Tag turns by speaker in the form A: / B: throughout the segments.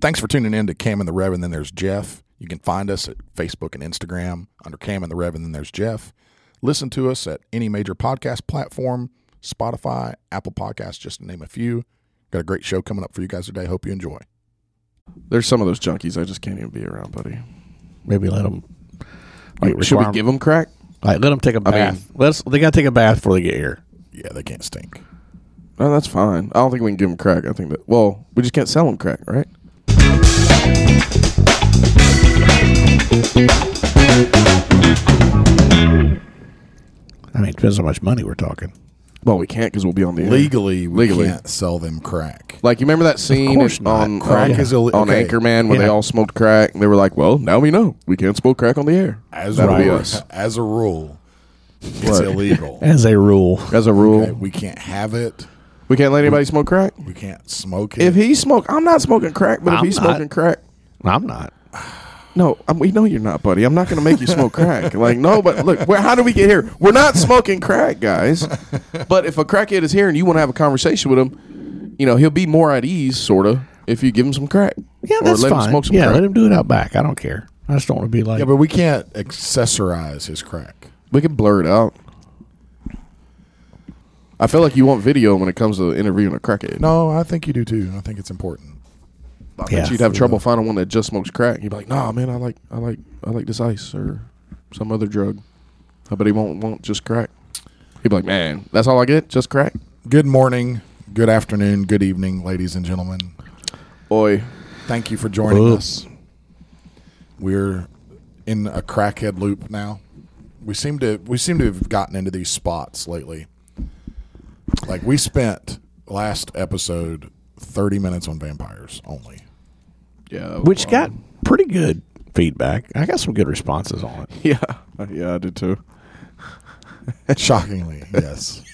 A: Thanks for tuning in to Cam and the Rev, and then there's Jeff. You can find us at Facebook and Instagram under Cam and the Rev, and then there's Jeff. Listen to us at any major podcast platform Spotify, Apple Podcasts, just to name a few. Got a great show coming up for you guys today. Hope you enjoy.
B: There's some of those junkies I just can't even be around, buddy.
C: Maybe let them.
B: Like, should we give them crack?
C: Like, let them take a bath. Let's. They got to take a bath before they get here.
A: Yeah, they can't stink.
B: No, that's fine. I don't think we can give them crack. I think that. Well, we just can't sell them crack, right?
C: I mean, it depends how much money we're talking.
B: Well, we can't because we'll be on the air.
A: Legally, we
B: Legally.
A: can't sell them crack.
B: Like you remember that scene
A: course
B: in-
A: not.
B: on
A: Crack
B: on,
A: is ille-
B: on
A: okay.
B: Anchorman when they
C: Yeah.
B: all smoked crack and they were like, "Well, now we know we can't smoke crack on the air."
A: As a
B: That'll be
A: rule,
B: us.
A: as a rule, it's
B: What?
A: illegal.
C: As a rule,
B: As a rule,
A: Okay, we can't have it.
B: we can't let anybody smoke crack.
A: We can't smoke it.
B: If he smoke, I'm not smoking crack. But if
C: I'm
B: he's
C: not.
B: smoking crack,
C: I'm not.
B: no, i we know you're not, buddy. I'm not going to make you smoke crack. Like no, but look, where, how do we get here? We're not smoking crack, guys. But if a crackhead is here and you want to have a conversation with him, you know he'll be more at ease, sort of, if you give him some crack.
C: Yeah, that's
B: or let
C: fine.
B: Him smoke some
C: yeah,
B: crack.
C: let him do it out back. I don't care. I just don't want to be like.
A: yeah, but we can't accessorize his crack.
B: We can blur it out. I feel like you want video when it comes to interviewing a crackhead.
A: No, I think you do too. I think it's important.
B: I bet
C: Yeah.
B: you'd have trouble finding one that just smokes crack. You'd be like, "Nah, man, I like, I like, I like this ice or some other drug." I bet he won't want just crack. He'd be like, "Man, that's all I get, just crack."
A: Good morning, good afternoon, good evening, ladies and gentlemen.
B: Boy,
A: Thank you for joining
C: Whoa.
A: us. We're in a crackhead loop now. We seem to we seem to have gotten into these spots lately. Like we spent last episode 30 minutes on vampires only.
B: yeah. oh,
C: which
B: well,
C: got pretty good feedback. I got some good responses on it.
B: yeah, uh, yeah, I did too.
A: Shockingly, yes.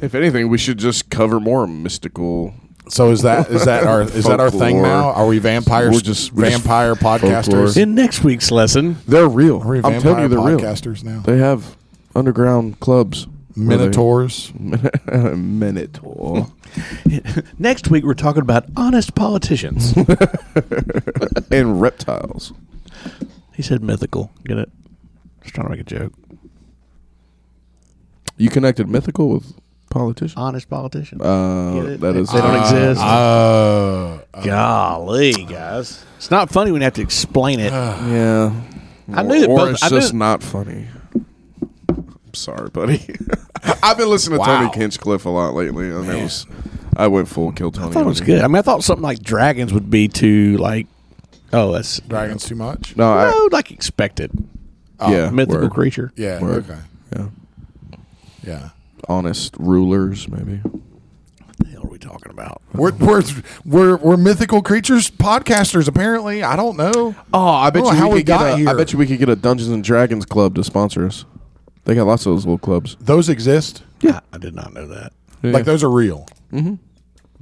B: If anything, we should just cover more mystical.
A: So is that is that our is that our thing
B: Folklore.
A: now? Are we vampires?
B: We're just- we're just
A: vampire
B: folklore.
A: podcasters.
C: In next week's lesson,
B: They're real.
A: Are we
B: I'm
A: vampire
B: telling you, they're real.
A: podcasters now?
B: They have underground clubs. where they-
A: Minotaurs.
B: Minotaur.
C: next week we're talking about honest politicians.
B: and reptiles.
C: he said mythical. Get it? Just trying to make a joke.
B: You connected mythical with politician.
C: Honest politicians. Get
B: Uh,
C: it?
B: that is
C: They don't
B: uh,
C: exist.
A: Uh, uh,
C: Golly, guys, it's not funny when you have to explain it.
B: Yeah,
C: I knew that
B: Or
C: both-
B: it's
C: I knew
B: just
C: that-
B: not funny. I'm sorry, buddy. I've been listening to
A: Wow.
B: Tony Hinchcliffe a lot lately, and it was I went full kill Tony.
C: I thought it was
B: on
C: good.
B: you.
C: I mean, I thought something like dragons would be too like, oh, that's
A: dragons too much.
B: No, I,
C: no, like expected
A: Oh,
B: yeah,
C: mythical
B: word.
C: creature.
A: Yeah.
B: Word.
A: Okay.
B: Yeah,
A: Yeah.
B: honest rulers, maybe.
C: What the hell are we talking about?
A: We're, we're we're we're mythical creatures podcasters apparently. I don't know.
B: Oh, I
A: bet you we could get a-
B: I bet you we could get a Dungeons and Dragons club to sponsor us. They got lots of those little clubs.
A: Those exist.
C: Yeah, I did not know that.
A: Like those are real. Mm-hmm.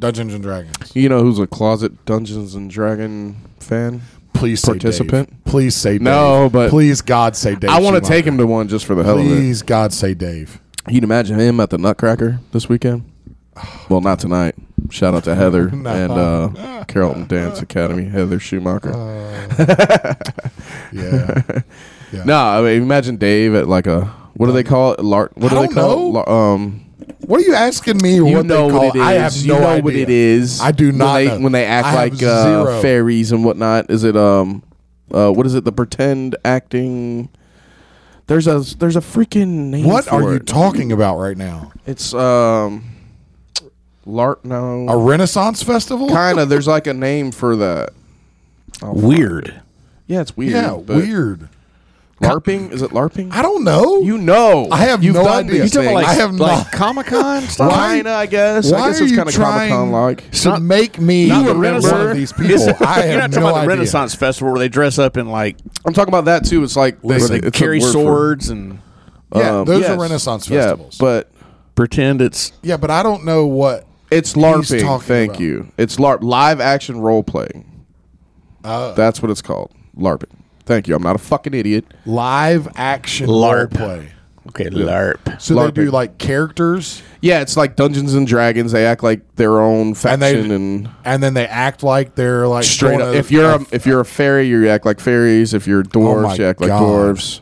A: Dungeons and Dragons.
B: You know who's a closet Dungeons and Dragon fan?
A: Please say Dave.
B: Participant?
A: Please say Dave.
B: No, but-
A: please God say Dave.
B: E I want to
A: Schumacher.
B: take him to one just for the hell of it.
A: Please God say Dave.
B: You'd imagine him at the Nutcracker this weekend. Well, not tonight. Shout out to Heather
A: No.
B: and uh, Carrollton Dance Academy. Heather Schumacher.
A: Uh, Yeah.
B: no, I mean, imagine Dave at like a what do they call it? Lar- what
A: I
B: do they
A: don't
B: call
A: know.
B: it? Lar- um,
A: What are you asking me?
B: you
A: what
B: know
A: they call
B: what it is.
A: I have no
B: you know
A: idea
B: what it is.
A: I do not
B: When they,
A: know.
B: when they act
A: I have
B: like uh,
A: zero.
B: fairies and whatnot, is it um, uh, what is it? The pretend acting. There's a there's a freaking name.
A: What
B: for
A: are you
B: it.
A: talking about right now?
B: It's um, Lart. No,
A: A Renaissance festival?
B: kind of. There's like a name for that.
A: Oh,
C: Weird.
B: Yeah, it's weird.
A: yeah,
B: but-
A: weird.
B: LARPing is it LARPing?
A: I don't know.
B: you know,
A: I have
B: You've
A: no
B: done
A: idea.
B: These
A: You talking like-
B: things.
A: I have
C: like
A: not.
C: Comic Con.
A: Why-
B: Kinda, I guess.
A: Why
B: I guess
A: are
B: it's
A: you
B: kind of Comic Con
A: trying
B: like.
A: to make me
C: Not
A: one
C: Renaissance.
A: of these people? I
C: You're not
A: have no
C: talking about the
A: idea.
C: Renaissance Festival where they dress up in like
B: I'm talking about that too. It's like they,
C: they
B: it's a
C: carry
B: word for-
C: swords and
A: Yeah,
B: Um,
A: those
B: yes.
A: are Renaissance
B: Yeah,
A: festivals.
B: but
C: pretend it's
A: yeah, but I don't know what.
B: it's LARPing.
A: talking
B: Thank
A: about.
B: you. It's LARP, live action role playing.
A: Uh.
B: That's what it's called, LARPing. Thank you. I'm not a fucking idiot.
A: Live action
C: LARP.
A: role play.
C: Okay, LARP.
A: So they do
B: LARPing.
A: like characters,
B: Yeah, it's like Dungeons and Dragons. They act like their own
A: And they-
B: faction and,
A: and then they act like they're like
B: straight
A: going
B: up.
A: to-
B: If you're a, if you're a fairy, you act like fairies. If you're dwarves,
A: Oh my
B: you act like
A: God.
B: dwarves.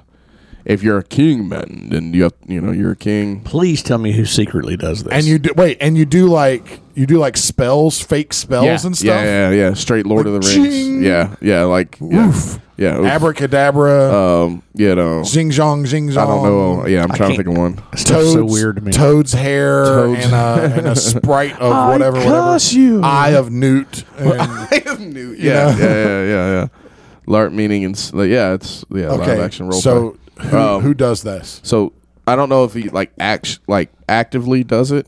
B: If you're a king man, then you have, you know you're a king.
C: Please tell me who secretly does this.
A: and you do wait, and you do like you do like spells, fake spells and stuff.
B: Yeah, yeah, yeah. Straight Lord of the Rings.
A: ching.
B: Yeah, yeah. Like yeah,
A: Oof.
B: yeah. oof.
A: Abracadabra,
B: um, you know,
A: zing zong, zing zong.
B: I don't know. Yeah, I'm
C: I
B: trying to
C: can't-
B: think of one.
C: That's
A: Toad's,
C: so weird to me.
A: Toad's hair
B: Toads.
A: And, a, and a sprite of whatever,
B: curse
A: whatever.
B: you.
A: Eye of Newt. And,
B: I have new. Yeah, yeah, yeah, yeah, yeah. LARP meaning and s- like, yeah, it's yeah live
A: okay,
B: action role. play.
A: so who,
B: Um,
A: who does this?
B: So I don't know if he like act like actively does it,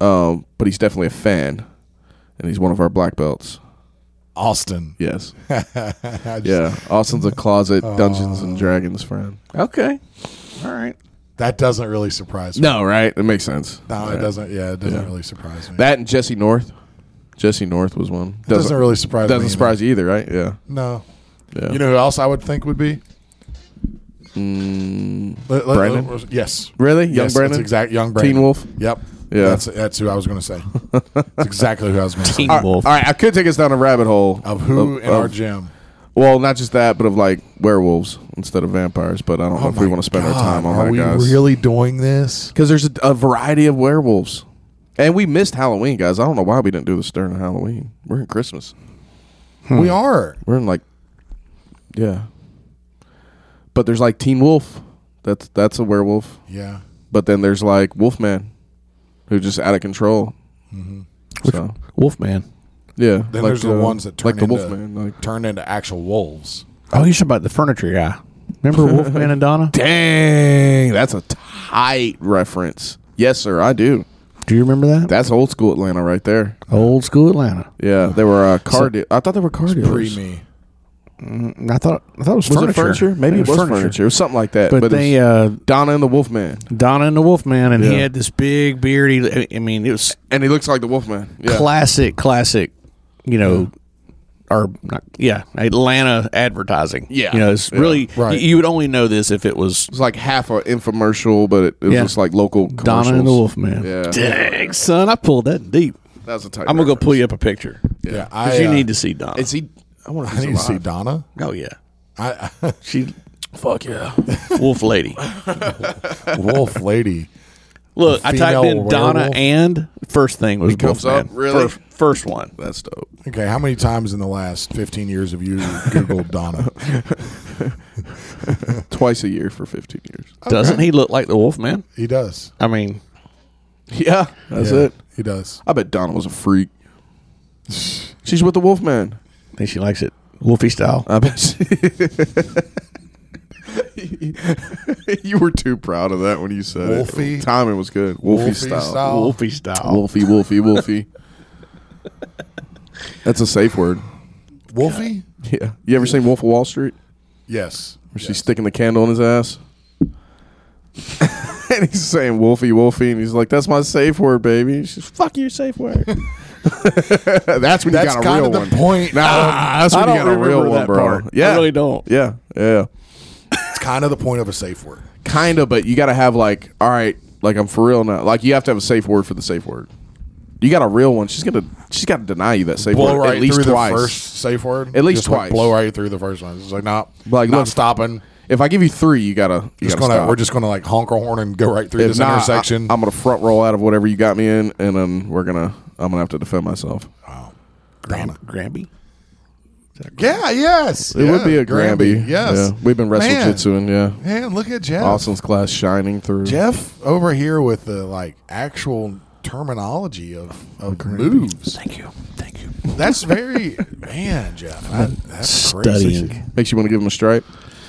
B: um, but he's definitely a fan, and he's one of our black belts.
A: Austin.
B: Yes,
A: I just- Oh.
B: yeah. Austin's a closet Dungeons and Dragons fan.
C: okay. All right.
A: That doesn't really surprise me.
B: No, right? It makes sense.
A: No, it
B: Right.
A: doesn't. Yeah, it doesn't really surprise me. That
B: That and Jesse North. Jesse North was one.
A: doesn't, really surprise me.
B: doesn't
A: either.
B: surprise you either, right? Yeah.
A: No.
B: yeah.
A: You know who else I would think would be?
B: Mm,
A: Let- let-
B: Brandon?
A: let- yes.
B: really, young
A: yes,
B: Brandon,
A: That's exact, young Brandon.
B: Teen Wolf.
A: Yep.
B: Yeah.
A: That's, that's who I was going to say. That's exactly who I was going to say.
C: Teen
B: All right,
C: Wolf.
B: all right, I could take us down a rabbit hole
A: Of who in our
B: of-
A: gym?
B: Well, not just that, but of like werewolves instead of vampires. But I don't know if we
A: Oh my
B: want to spend our
A: God,
B: time on
A: are
B: that,
A: we
B: guys.
A: really doing this?
B: Because there's a, a variety of werewolves, and we missed Halloween, guys. I don't know why we didn't do this during Halloween. We're in Christmas. Hmm.
A: We are.
B: We're in like, yeah. But there's like Teen Wolf. That's that's a werewolf.
A: Yeah.
B: But then there's like Wolfman, who's just out of control. So
C: Wolfman.
B: yeah,
A: Mm-hmm. Then there's the ones that turn
B: like the
A: into-
B: Wolfman. Like
A: Turned into actual wolves.
C: Oh, you're talking about the furniture guy. Remember Wolfman and Donna?
B: dang, that's a tight reference. Yes, sir, I do.
C: Do you remember that?
B: That's old school Atlanta right there.
C: Old school Atlanta.
B: Yeah, they were uh, car. de- I thought they were car dealers.
A: Pre me.
C: Mm, I thought I thought it was,
B: Was
C: furniture.
B: it furniture? Maybe it was, furniture. It was something like that.
C: But,
B: But,
C: they
B: it was
C: uh,
B: Donna and the Wolfman,
C: Donna and the Wolfman, and he
B: Yeah.
C: had this big beard. He, I mean, it was
B: and he looks like the Wolfman. Yeah,
C: classic, classic. You know, or not, yeah, Atlanta advertising.
B: Yeah.
C: you know, it's
B: Yeah.
C: really
A: Right.
C: you would only know this if it was
B: it's like half an infomercial, but it, it was
C: Yeah.
B: just like local commercials.
C: Donna and the Wolfman.
B: Yeah.
C: Dang, son, I pulled that deep.
B: That was a tight.
C: I'm gonna go
B: reference.
C: pull you up a picture
A: Yeah. I,
C: because you
A: uh,
C: need to see Donna.
B: Is he? I want
A: I need to see Donna.
C: oh yeah,
A: I,
C: she
B: Fuck yeah.
C: wolf lady.
A: wolf lady.
C: Look, I typed
A: Female
C: in Donna
A: werewolf?
C: and first thing was
B: comes
C: Wolfman.
B: up, really?
C: First, first one.
B: That's dope.
A: Okay, how many times in the last 15 years have you Googled Donna?
B: Twice a year for 15 years.
C: Doesn't he look like the Wolfman?
A: He does.
C: I mean,
B: Yeah, that's
A: Yeah,
B: it.
A: He does.
B: I bet Donna was a freak. She's with the Wolfman.
C: I think she likes it Wolfie style.
B: I bet she. you were too proud of that when you said
A: Wolfie?
B: it. Timing was good. Wolfie,
A: Wolfie
B: style.
A: style.
C: Wolfie style.
B: Wolfie, Wolfie, Wolfie. That's a safe word.
A: Wolfie?
B: Yeah. You ever seen Wolf of Wall Street?
A: Yes.
B: Where she's sticking the candle in his ass? and he's saying Wolfie, Wolfie, and he's like, "That's my safe word, baby." And She's fuck your safe word. that's when
A: That's
B: you got a
A: kind
B: real
A: of the
B: one.
A: point.
B: Nah, that's
C: I
B: when you
C: don't
B: got a real
C: remember
B: one,
C: that
B: bro.
C: part. I
B: Yeah,
C: really don't.
B: Yeah, yeah.
A: It's kind of the point of a safe word.
B: kind of but you gotta have like all right like i'm for real now like you have to have a safe word for the safe word you got a real one she's gonna she's gotta deny you that safe
A: Blow
B: word
A: right
B: at least
A: through
B: twice
A: the first safe word.
B: At least
A: Just, like,
B: twice.
A: blow right through the first one. It's like, nah,
B: Like,
A: not
B: look-
A: stopping.
B: if i give you three you gotta you
A: Just
B: gotta
A: gonna,
B: stop.
A: we're just gonna like honk our horn and go right through
B: if
A: this
B: not,
A: intersection.
B: I, am gonna front roll out of whatever you got me in and then we're gonna i'm gonna have to defend myself
C: Gram- Gramby.
A: yeah, yes,
B: it would be a
A: Gramby.
B: gramby
A: Yes,
B: yeah. we've been wrestle
A: Man.
B: jitsuing yeah
A: Man, look at Jeff.
B: austin's class shining through
A: Jeff over here with the like actual terminology of, of moves.
C: Thank you. Thank you.
A: That's very man, Jeff. I, that's
C: Studying.
A: Crazy.
B: makes you want to give him a stripe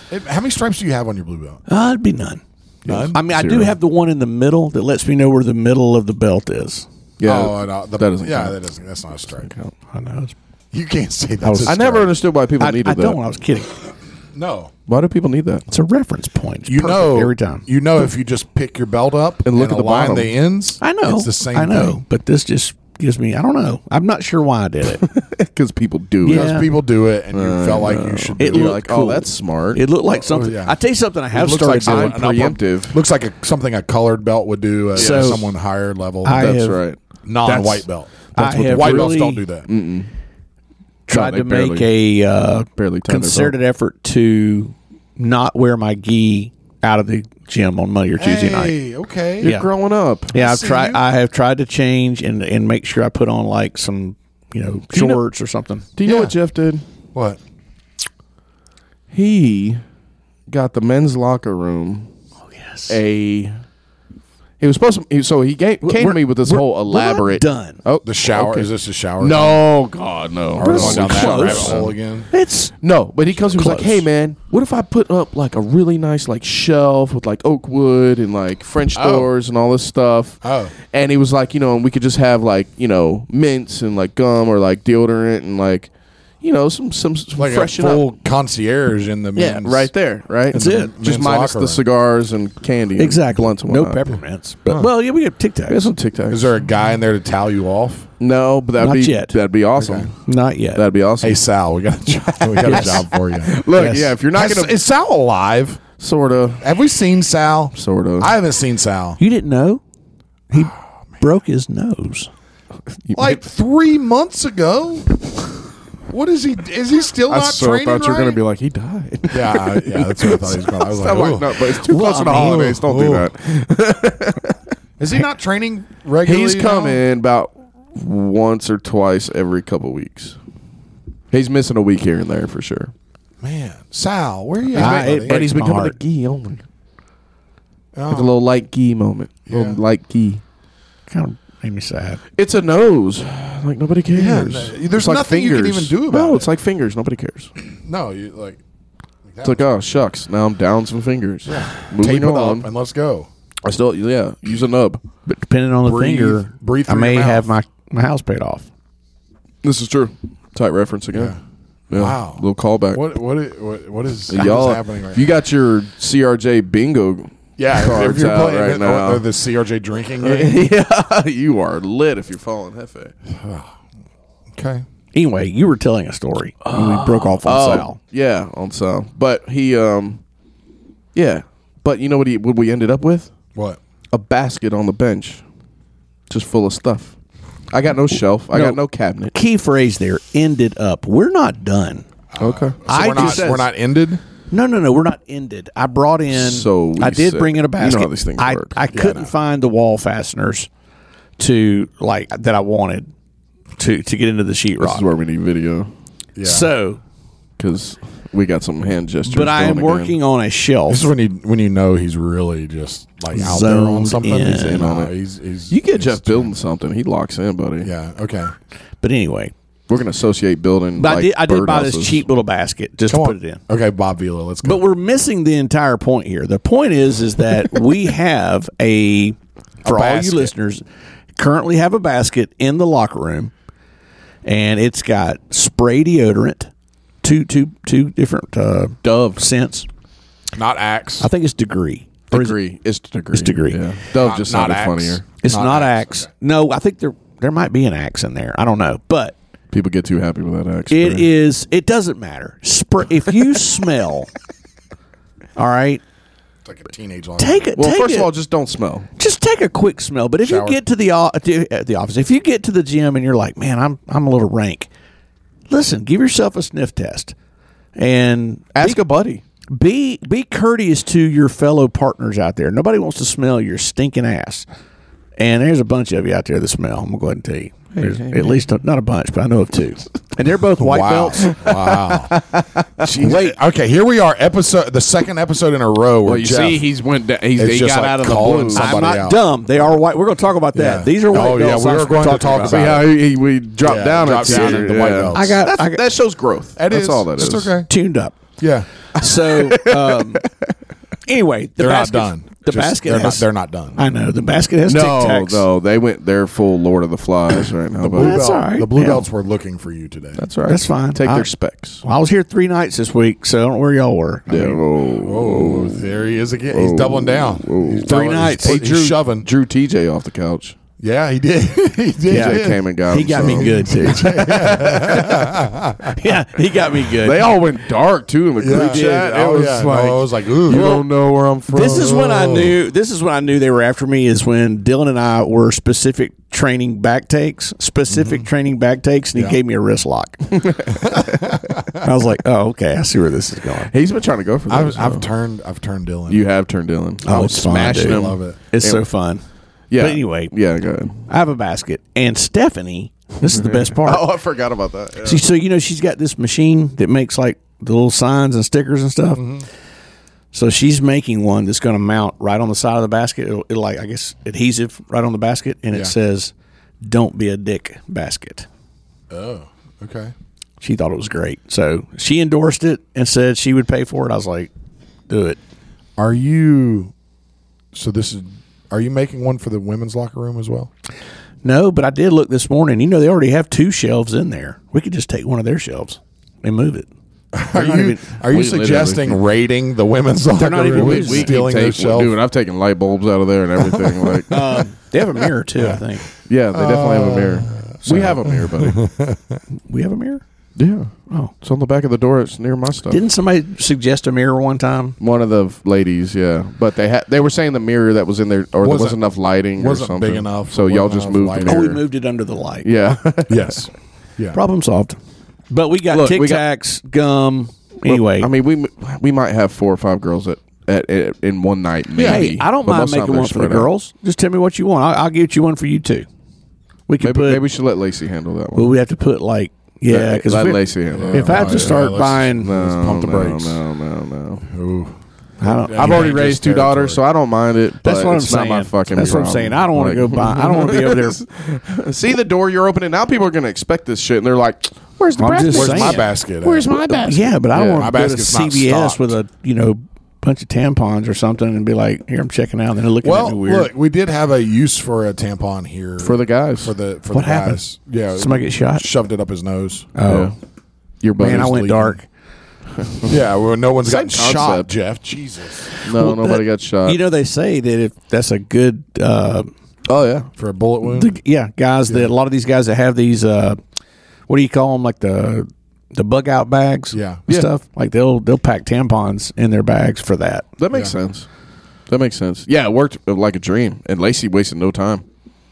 A: It- how many stripes do you have on your blue belt?
C: Uh, it'd be none.
A: None.
C: I mean, I do
B: Zero.
C: have the one in the middle that lets me know where the middle of the belt is.
B: yeah
A: oh, no, the,
B: that doesn't
A: yeah,
B: count.
A: that doesn't. That's not a stripe.
C: I know. It's,
A: You can't say that.
C: was-
B: i never understood why people
C: I,
B: needed
C: I
B: that
C: don't. I was kidding.
A: No.
B: why do people need that
C: It's a reference point. It's
A: You
C: perfect
A: know
C: every time.
A: You know if you just pick your belt up
B: And look at the
A: align
B: bottom.
A: the ends.
C: I know.
A: It's the same.
C: I know.
A: Thing.
C: But this just gives me I don't know. I'm not sure why I did it.
B: because people do
C: Yeah.
B: it.
A: Because people do it, and you felt like you should.
C: It
A: do
B: You're like,
C: looked cool.
B: oh, that's smart.
C: It looked like something.
A: Oh, yeah.
C: I tell you something. I have
A: looks
C: started
A: like
C: doing.
A: someone-
B: I'm
A: an upper-
B: preemptive.
A: Looks like a, something a colored belt would do. Uh,
C: So-
A: someone higher level,
C: I
B: That's
C: have-
B: right.
A: non-white belt.
C: I
A: what the
C: have
A: white belts
C: really
A: don't do that.
B: Mm,
C: tried
B: they
C: to make a uh,
B: Barely tied their belt.
C: concerted effort to not wear my gi out of the gym on Monday or Tuesday night.
A: Hey, okay.
C: Yeah.
B: Growing up.
C: Yeah, I've
A: see
C: tried.
A: you.
C: I have tried to change and and make sure I put on like some you know shorts or something.
B: Do you
A: Yeah.
B: know what Jeff did?
A: What?
B: He got the men's locker room
A: Oh,
C: Yes.
B: a. He was supposed to. He, so he gave, came to
C: We're-
B: me with this
C: we're-
B: whole
C: we're not
B: elaborate.
C: done.
B: Oh,
A: The shower? Is this the shower?
B: no, God, no.
A: Are we going
C: This
A: down
C: is
A: that
C: close.
A: rabbit hole again?
C: It's
B: No, but he comes and was like,
C: Close.
B: "Hey, man, what if I put up like a really nice like shelf with like oak wood and like French
A: Oh.
B: doors and all this stuff?"
A: Oh.
B: and he was like, "You know, and we could just have like you know mints and like gum or like deodorant and like you know some some, some
A: Like a
B: freshen
A: full
B: up."
A: concierge in the
B: Yeah,
A: men's.
B: right there, right. That's
C: it.
B: Just
A: Men's
B: minus
A: locker
B: the
A: room.
B: cigars and candy, and
C: exactly
B: blunts and
C: no
B: whatnot.
C: peppermints, but well, yeah, we have Tic
B: Yeah,
C: Tacs.
B: some Tic Tacs.
A: Is there a guy in there to towel you off?
B: No, but that'd
C: Not
B: be
C: yet.
B: that'd be awesome.
C: Not yet.
B: That'd be awesome.
A: Hey Sal, we got a job. We got a job for you.
B: Look,
C: Yes.
B: yeah, if you're not
A: Has-
B: gonna
A: is Sal alive?
B: sort of,
A: Have we seen Sal?
B: sort of,
A: I haven't seen Sal.
C: you didn't know he broke his nose.
A: Like three months ago. What is he? Is he still
B: I
A: not
B: so
A: training?
B: thought you were
A: right?
B: gonna be like he died.
A: Yeah, I- yeah, that's what I thought he was going. I was like,
B: I'm like,
A: "Ooh."
B: no, but it's too
C: Well,
B: close to the
C: I mean,
B: holidays. Don't do
A: ooh.
B: that.
A: is he not training regularly?
B: He's
A: now?
B: coming about once or twice every couple weeks. He's missing a week here and there for sure.
A: man. Sal, where are you?
C: Ah,
A: at,
C: it-
A: buddy?
C: Breaks
B: And he's
C: my
B: becoming a
C: heart.
B: gee only,
A: Oh.
B: like a little light gee moment,
A: Yeah.
B: little light gee.
C: Kind of made me sad.
B: It's a nose, like nobody
A: Yeah,
B: cares.
A: no,
B: It's
A: there's
B: like
A: nothing you can even do about
B: no,
A: it.
B: it's like fingers. Nobody cares.
A: no, you like
B: It's like oh shucks, now I'm down some fingers. Moving
A: tape it
B: on.
A: up and let's go.
B: I still yeah use a nub.
C: But depending on the
A: Breathe-
C: finger,
A: breathe
C: I
A: through
C: may
A: your
C: have my, my house paid off.
B: This is true. Tight reference again. Yeah.
A: Wow.
B: Little callback.
A: What what i- what, what is,
B: Yeah,
A: what
B: y'all,
A: is happening right
B: if you got your CRJ bingo.
A: Yeah, if- if
B: cards
A: you're
B: out
A: playing
B: right
A: it,
B: now.
A: or the CRJ drinking game.
B: yeah, you are lit if you're following Hefe.
A: okay.
C: Anyway, you were telling a story. we broke off on
B: Oh.
C: Sal.
B: Um, yeah, on Sal. But he, um, yeah, but you know what? He what we ended up with
A: What?
B: a basket on the bench, just full of stuff. I got no shelf. I got
C: No.
B: no cabinet.
C: Key phrase there ended up. We're not done.
B: Okay.
A: So
C: I
A: we're not
C: just-
A: we're not ended.
C: No, no, no. We're not ended. I brought in.
B: So
C: I did
B: sick.
C: bring in
B: You
C: a
B: know how
C: basket.
B: these things
C: I,
B: work.
C: I couldn't find the wall fasteners to like that I wanted to to get into the
B: This is
C: sheetrock.
B: where we need video
A: Yeah.
C: So,
B: because we got some hand gestures.
C: but I am
B: going again.
C: working on a shelf.
A: this is when you when you know he's really just like out there on
C: Zoned
A: something. He's
C: in.
A: in on
B: No,
A: it. He's, he's
B: You get
A: he's-
B: Jeff building something. He locks in, buddy.
A: Yeah. Okay.
C: But anyway,
B: We're gonna associate building.
C: but
B: like,
C: I did I did buy
B: birdhouses.
C: this cheap little basket just
A: Come
C: to
A: on.
C: put it in.
A: Okay, Bob Vila. Let's go.
C: But we're missing the entire point here. The point is, is that we have a for all you
A: basket.
C: listeners currently have a basket in the locker room, and it's got spray deodorant, two two two different uh, Dove scents.
A: not axe.
C: I think it's degree. Or is it-
B: Degree. It's degree.
C: It's degree.
B: Yeah. Dove
A: Not-
B: just
A: not
B: sounded
A: axe.
B: funnier.
C: It's not,
A: axe,
C: axe. No, I think there there might be an axe in there. I don't know, but
B: People get too happy with that axe.
C: It
B: Barry.
C: is. It doesn't matter. Spray, if you smell, all right,
A: It's like a teenage. Long
C: take it.
B: Well,
C: take
B: first
C: it.
B: of all, just don't smell.
C: just take a quick smell. But if
A: Shower.
C: you get to the o- to, at the office, if you get to the gym and you're like, man, I'm I'm a little rank. Listen, give yourself a sniff test, and
B: Ask a buddy.
C: be be courteous to your fellow partners out there. Nobody wants to smell your stinking ass. And there's a bunch of you out there that smell. I'm gonna go ahead and tell you. There's at least a, not a bunch, but I know of two, and they're both white
A: wow.
C: belts.
A: Wow. Wait. Okay. Here we are. Episode. The second episode in a row. Where Jeff,
B: he's went. Down, he's,
A: It's he just got like out of the calling blue. somebody.
C: I'm not
A: out.
C: dumb. They are white. We're going to talk about that.
A: Yeah.
C: These are white
A: Oh, yeah,
C: belts.
A: we
C: I
A: are
C: was
A: going to
C: talking
A: talk about
C: about.
B: See how he, he- we dropped
A: Yeah,
B: down.
A: dropped
B: a
A: down
B: tier.
A: in the white belts.
C: I got-
B: That's-
C: I got-
B: that shows growth.
A: It
B: That's
A: is.
B: all that is.
A: It's okay.
C: tuned up.
A: Yeah.
C: So um, anyway, the
A: They're
C: basket's-
A: not done.
C: The
A: Just-
C: basket
A: They're
C: has.
A: not, they're not done.
C: I know the basket has
B: No,
C: tic tacs.
B: no, they went. They're full Lord of the Flies right now.
A: Blue
B: buddy.
C: That's
A: belt-
C: all right.
A: The blue
C: Yeah.
A: belts were looking for you today.
B: That's right.
C: That's fine.
B: Take
C: I-
B: their specs.
C: Well, I was here three nights this week, so I don't know where y'all were. I
B: Yeah.
C: mean,
B: Oh.
A: Oh, there he is again. He's doubling down. He's doubling-
C: nights.
A: He's,
C: Hey,
A: he's shoving.
B: Drew TJ off the couch.
A: Yeah, he did. he did.
B: DJ came and got
C: He
B: him,
C: got
B: so-
C: me good too. yeah, he got me good.
B: They all went dark too in the group
A: Yeah.
B: chat. It
A: Oh,
B: was
A: yeah. No,
B: like
A: I was like, ooh.
B: you don't know where I'm from.
C: This is when
A: Oh.
C: I knew. This is when I knew they were after me. Is when Dylan and I were specific training back takes, specific
A: Mm-hmm.
C: training back takes, and he gave me a wrist lock. I was like, "Oh, okay, I see where this is going."
B: He's been trying to go for that.
A: I've, I've turned. I've turned Dylan.
B: you have turned Dylan.
C: Oh,
B: I
C: it's fine, dude.
A: I love it.
C: It's
B: Yeah.
C: so fun.
B: Yeah.
C: But anyway,
B: Yeah. Go ahead.
C: I have a basket, and Stephanie. This is the best part.
B: Oh, I forgot about that. Yeah.
C: See, so you know she's got this machine that makes like the little signs and stickers and stuff. So she's making one that's going to mount right on the side of the basket. It'll, it'll like I guess adhesive right on the basket, and
A: Yeah.
C: it says, "Don't be a dick basket."
A: Oh, okay.
C: She thought it was great, so she endorsed it and said she would pay for it. I was like, "Do it."
A: Are you? So this is. Are you making one for the women's locker room as well?
C: No, but I did look this morning. You know they already have two shelves in there. We could just take one of their shelves and move it.
A: Are
C: not
A: you?
C: even-
A: are you
B: we
A: suggesting
B: literally-
A: raiding the women's locker
C: not even
A: room?
C: losing.
A: and
C: We- we
A: stealing their
B: take,
A: shelf?
B: dude. I've taken light bulbs out of there and everything. Like,
C: Um, they have a mirror too. I think
B: yeah, they definitely have a mirror. we have a mirror, buddy.
C: we have a mirror.
B: yeah.
C: Oh.
B: it's on the back of the door. It's near my stuff.
C: Didn't somebody suggest a mirror one time?
B: one of the f- ladies, yeah, but they had they were saying the mirror that was in there, or there
A: Wasn't-
B: wasn't enough lighting,
A: wasn't
B: or
A: big
B: something.
A: enough,
B: So y'all
A: wasn't
B: just
A: enough
B: moved
A: lighting.
B: the
C: Oh,
B: mirror.
C: we moved it under the light.
B: Yeah,
A: yes. Yeah.
C: Problem solved. But we got
B: Look,
C: Tic
B: we got-
C: Tacs, gum. Anyway,
B: I mean, we m- we might have four or five girls at, at, at in one night. Maybe.
C: hey, I don't
B: But
C: mind
B: most of the time
C: making
B: they're
C: one for the
B: spread out.
C: girls. Just tell me what you want. I'll, I'll get you one for you too. We could
B: Maybe,
C: put.
B: maybe we should let Lacey handle that
C: well,
B: one.
C: we have to put like yeah. Because
B: let
C: if,
B: Lacey handle.
C: if
B: that
C: I have
A: Oh,
C: to
A: yeah,
C: start
A: let's-
C: buying,
B: one. no,
A: pump the
B: no,
A: brakes.
B: No, no, no.
A: Ooh.
C: I don't.
A: Yeah.
B: I've
C: I-
B: already
A: dangerous
B: raised two daughters, so
A: territory.
B: I don't mind it. But
C: that's what I'm
B: it's
C: saying.
B: Not my fucking
C: that's what I'm
B: problem.
C: saying. I don't want to go
B: Like-
C: buy. I don't want to be over there.
B: See the door you're opening now. People are going to expect this shit, and they're like, "Where's the
C: I'm
B: breakfast?
C: just
A: Where's
C: saying.
A: my basket? at?
B: Where's my basket?
C: Yeah, but
B: Yeah.
C: I don't
A: My
C: want to go to
A: basket's not
C: CVS
A: stocked.
C: with a you know bunch of tampons or something and be like, here I'm checking out. And they're looking at
A: Well,
C: me weird.
A: look, we did have a use for a tampon here
B: for the guys
A: for the for
C: What
A: the
C: happened?
A: guys. Yeah,
C: Somebody get shot?
A: Shoved it up his nose.
C: oh
B: your buddies.
C: man, I went
A: leaking.
C: dark.
A: yeah, well, no one's
B: Same
A: gotten shot,
B: concept.
A: Jeff. Jesus,
B: No,
C: Well,
B: nobody
C: that-
B: got shot.
A: Uh,
C: You know, they say that if that's a good, uh,
B: oh yeah,
A: for a bullet wound.
C: the, yeah, guys. That a lot of these guys that have these, uh, what do you call them? Like the the bug out bags,
A: Yeah.
C: and
B: Yeah.
C: stuff. Like they'll they'll pack tampons in their bags for that.
B: that makes
A: Yeah.
B: sense. That makes sense. Yeah, it worked uh, like a dream, and Lacey wasted no time.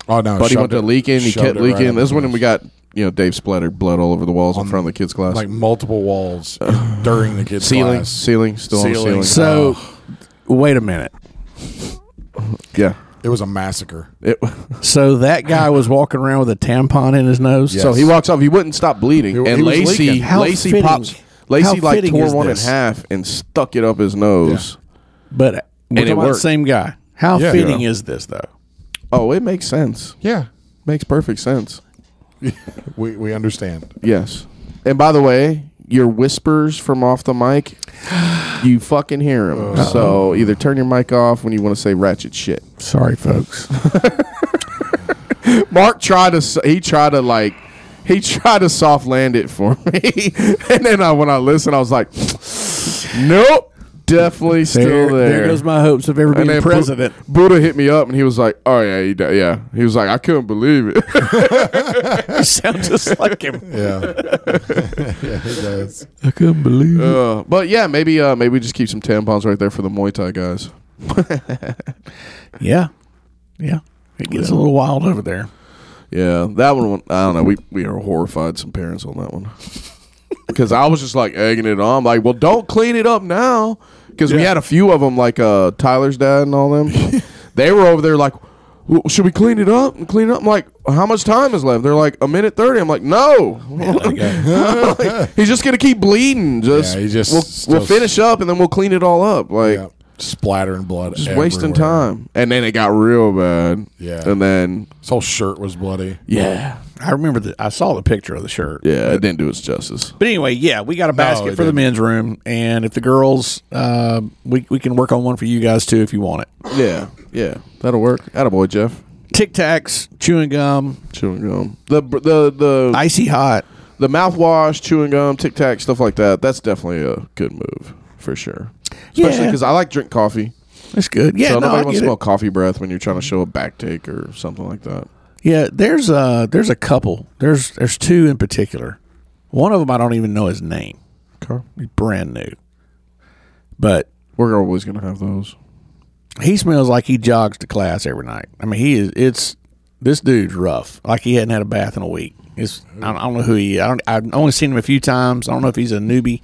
A: oh no,
B: Buddy
A: shoved
B: went to
A: it-
B: leaking. He
A: shoved
B: kept
A: it right
B: leaking.
A: up
B: That's
A: his
B: when
A: nose.
B: we got you know Dave splattered blood all over the walls in front of the kids' class.
A: like multiple walls during the kids'
B: ceiling,
A: class.
B: ceiling, still on the
A: Ceiling.
B: ceiling.
C: So, wait a minute.
B: yeah,
A: It was a massacre.
B: it,
C: So that guy was walking around with a tampon in his nose.
A: Yes.
B: So he walks off. He wouldn't stop bleeding,
A: He-
B: and
A: he was
B: Lacey,
A: leaking.
C: How
B: Lacey
C: fitting-
B: pops.
C: how
B: Lacey like
C: fitting
B: tore
C: is
B: one in
C: this?
B: half and stuck it up his nose.
C: but we're
B: it
C: talking about the
B: worked.
C: same guy. How
A: Yeah.
C: fitting
B: Yeah.
C: is this though?
B: Oh, it makes sense.
A: Yeah,
B: Makes perfect sense.
A: we we understand.
B: Yes. And by the way, your whispers from off the mic, you fucking hear them.
C: Uh-huh.
B: So either turn your mic off when you want to say ratchet shit.
C: Sorry, folks.
B: Mark tried to. s- He tried to like. He tried to soft land it for me, and then I, when I listened, I was like, "Nope, definitely still
C: there,
B: there."
C: there goes my hopes of ever
B: And
C: being
B: then Bu-
C: president.
B: Buddha hit me up and he was like, "Oh yeah, he d- yeah." He was like, "I couldn't believe it."
C: You sound just like him.
A: Yeah, yeah, it does.
C: I couldn't believe it.
B: uh, but yeah, maybe uh, maybe we just keep some tampons right there for the Muay Thai guys.
C: Yeah. Yeah. It gets a little wild over there.
B: Yeah, that one. I don't know. We we are horrified. Some parents on that one because I was just like egging it on. like, well, don't clean it up now because we
A: Yeah.
B: had a few of them, like uh, Tyler's dad and all them. they were over there like. "Well, Should we clean it up and clean it up? I'm like, how much time is left? They're like, a minute thirty. I'm like, no. Like, he's just gonna keep bleeding. Just,
A: Yeah, he just
B: we'll,
A: still
B: we'll finish up and then we'll clean it all up. Like,
A: Yeah, splattering blood.
B: just wasting
A: everywhere.
B: time. And then it got real bad.
A: Yeah.
B: And then,
A: His whole shirt was bloody.
B: yeah,
C: I remember that I saw the picture of the shirt.
B: yeah, it didn't do its justice.
C: But anyway, yeah, we got a basket
A: it
C: for the
A: didn't.
C: men's room, and if the girls, uh, we we can work on one for you guys too if you want it.
B: Yeah, yeah, that'll work. Attaboy, Jeff.
C: Tic Tacs, chewing gum,
B: Chewing gum, the the the
C: icy hot.
B: the mouthwash, chewing gum, Tic Tac, stuff like that. That's definitely a good move for sure. Especially
C: Yeah.
B: because I like drink coffee,
C: That's good. Yeah,
B: so
C: no,
B: nobody
C: I
B: wants
C: get
B: to
C: it.
B: smell coffee breath when you're trying to show a back take or something like that.
C: Yeah, there's a there's a couple. There's there's two in particular. One of them I don't even know his name.
B: Okay.
C: He's brand new, but
B: We're always gonna have those.
C: he smells like he jogs to class every night. I mean, he is. It's this dude's rough. Like he hadn't had a bath in a week. It's I don't, I don't know who he. I don't, I've only seen him a few times. I don't know if he's a newbie,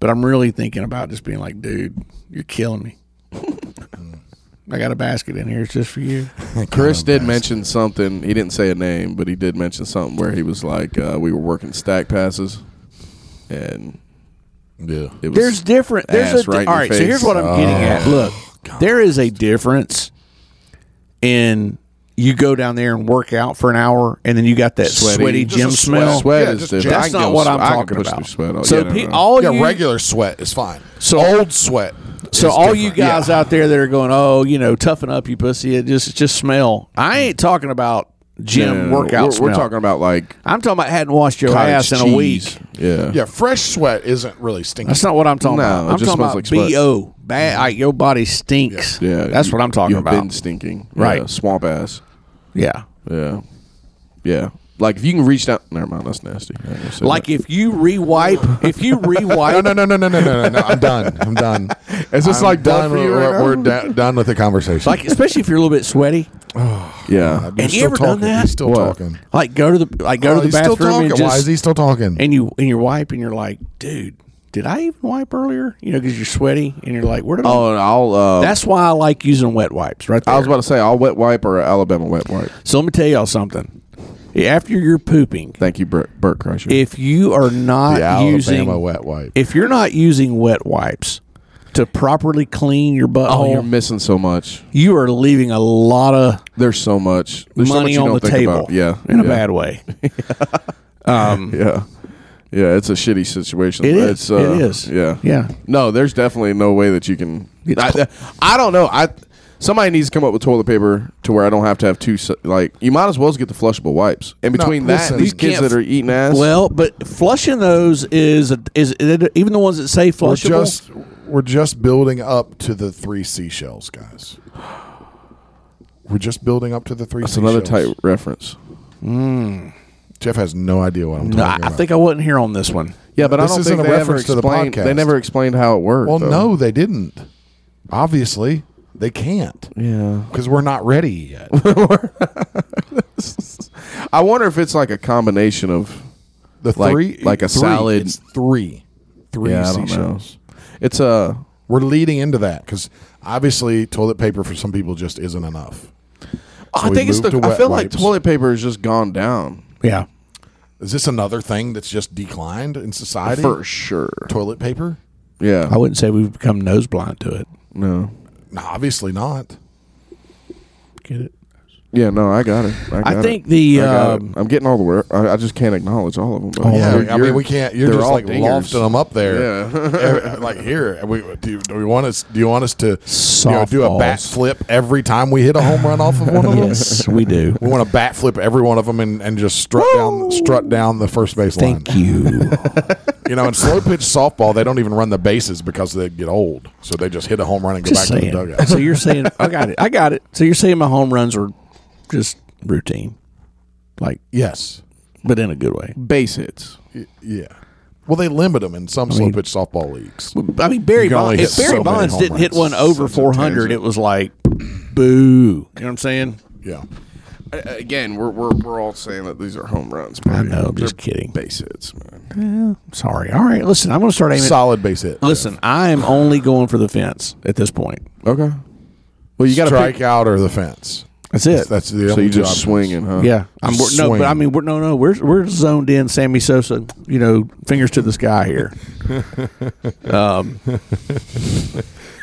C: but I'm really thinking about just being like, dude, you're killing me. I got a basket in here. It's just for you.
B: Chris did mention something. He didn't say a name, but he did mention something where he was like, uh, we were working stack passes, and
A: Yeah.
B: it was
C: There's different. There's
B: ass
C: a
B: right in
C: all
B: your
C: right. So
B: face. Oh,
C: here's what I'm getting at. Look, there is a difference in you go down there and work out for an hour, and then you got that sweaty,
B: Sweaty. Just
C: gym
A: a sweat.
C: smell.
B: sweat
A: Yeah,
B: is
A: just-
B: different.
A: that's
B: I can
C: not
B: go
C: what
B: sw-
C: I'm
B: I can
C: talking
B: push
C: about.
B: through Sweat. all-
C: So
B: yeah, no,
C: pe-
B: no.
C: all
A: yeah,
C: you,
A: regular sweat is fine.
C: So-
A: old sweat.
C: so
A: is
C: all
A: different.
C: you guys out there that are going, oh, you know, toughen up, you pussy. It just it just smell. I ain't talking about
B: No, no,
C: gym
B: no.
C: workout
B: We're,
C: smell.
B: we're talking about like
C: I'm talking about hadn't washed your
B: cottage
C: ass in a week.
B: cheese. Yeah.
A: yeah, fresh sweat isn't really stinky.
C: That's not what I'm talking
B: No,
C: about.
B: it
C: I'm
B: just
C: talking
B: smells
C: about
B: like sweat.
C: bo. Bad, like your body stinks.
B: Yeah,
C: that's
B: you-
C: what I'm talking
B: you've
C: about.
B: Been stinking, Yeah,
C: Right.
B: swamp ass.
C: yeah,
B: Yeah, yeah. Like if you can reach down, never mind. That's nasty. I ain't gonna say
C: Like if you rewipe, if you rewipe,
A: no, no, no, no, no, no, no, no. I'm done. I'm done.
B: Is this
A: I'm
B: like done
A: done?
B: for
A: with-
B: you
A: we're,
B: right
A: we're
B: now?
A: da- done with the conversation. Uh,
C: like especially if you're a little bit sweaty,
B: that. yeah.
A: You're
C: you
A: still
C: ever done
A: talking.
C: that?
A: He's still
B: What?
A: talking.
C: like go to the like go
A: Oh,
C: to the
A: he's still
C: bathroom
A: talking.
C: and
A: Why is
C: just
A: he still talking?
C: and you and you wipe and you're like, dude, did I even wipe earlier? You know, because you're sweaty and you're like, where did I?
B: Oh, and I'll. Uh,
C: That's why I like using wet wipes, right there.
B: I was about to say I'll wet wipe or Alabama wet wipe.
C: so let me tell y'all something. After you're pooping,
B: Thank you, Bert, Bert Crusher.
C: if you are not
A: the Alabama
C: using
A: wet wipe.
C: if you're not using wet wipes to properly clean your
B: oh,
C: butthole,
B: you're missing so much.
C: you are leaving a lot of
B: There's so much. There's so
C: money
B: much you
C: on
B: don't
C: the
B: think
C: table.
B: about. Yeah,
C: in a
B: yeah,
C: bad way. um,
B: Yeah, yeah. It's a shitty situation.
C: it is.
B: It's, uh,
C: it is.
B: Yeah,
C: Yeah.
B: No, there's definitely no way that you can.
C: It's
B: I, I don't know. I somebody needs to come up with toilet paper to where I don't have to have two. se- Like you might as well just get the flushable wipes. And between that
A: listen.
B: and these
A: You
B: kids
C: can't-
B: that are eating ass,
C: Well, but flushing those is is even the ones that say
A: we're
C: flushable.
A: just we're just building up to the three seashells, guys. We're just building up to the three.
B: that's another
A: seashells.
B: tight reference.
A: Jeff has no idea what I'm
C: no,
A: talking
C: I, I
A: about.
C: think I wasn't here on this one.
B: Yeah, but
A: This
B: I don't
A: isn't
B: think
A: a
B: they ever
A: reference to the
B: explained.
A: podcast.
B: They never explained how it worked.
A: well,
B: though.
A: no, they didn't. Obviously, they can't
B: Yeah.
A: because we're not ready yet.
B: I wonder if it's like a combination of.
A: The
B: Like-
A: three,
B: like a
A: three,
B: salad-
A: It's three, three
B: Yeah, I don't know.
A: seashells.
B: It's uh, a.
A: We're leading into that because obviously toilet paper for some people just isn't enough.
B: I
A: we
B: think it's the.
A: moved to
B: I
A: wet
B: feel like
A: wipes.
B: toilet paper has just gone down
C: Yeah,
A: Is this another thing that's just declined in society?
B: for sure.
A: Toilet paper?
B: Yeah.
C: I wouldn't say we've become nose blind to it.
B: No.
A: No, obviously not.
C: Get it?
B: Yeah, no, I got it. I, got
C: I
B: it.
C: think the
B: I got
C: um,
B: it. I'm getting all the work. I, I just can't acknowledge all of them. But
A: Oh, Yeah,
B: You're-
A: I mean
B: you're-
A: we can't. You're
B: they're
A: just
B: all
A: like
B: dingers.
A: lofting them up there.
B: Yeah.
A: Every- like here, we, do, you, do we want us? Do you want us to you know,
C: Soft
A: do a bat
C: balls.
A: flip every time we hit a home run off of one of them?
C: yes, we do.
A: We want to bat flip every one of them and, and just strut down strut down the first base line.
C: Thank you.
A: You know, in slow pitch softball, they don't even run the bases because they get old, so they just hit a home run and go
C: Just
A: back
C: saying.
A: to the dugout.
C: So you're saying I got it. I got it. So you're saying my home runs are just routine, like,
A: Yes,
C: but in a good way.
B: base hits.
A: Y- yeah. Well, they limit them in some slow
C: mean-
A: pitch softball leagues.
C: I mean, Barry
A: You can only hit
C: Bonds. If Barry
A: so many
C: Bonds
A: home
C: didn't hit
A: runs.
C: one over
B: Such a
C: 400,
B: tangent.
C: it was like, boo. You know what I'm saying?
A: Yeah.
B: A- Again, we're, we're we're all saying that these are home runs. but
C: I know. I'm
B: they're
C: just kidding.
B: Base hits, man.
C: Sorry. All right. Listen, I'm going to start aiming.
A: Solid base hit.
C: Listen, I am only going for the fence at this point.
B: Okay. Well, you got to
A: strike out or the fence.
C: That's it.
A: That's the
B: So
A: only
B: you just
A: job.
B: swinging, huh?
C: yeah. I'm, we're, no, but
A: swing.
C: I mean, we're, no, no. We're, we're zoned in, Sammy Sosa, you know, fingers to the sky here. um,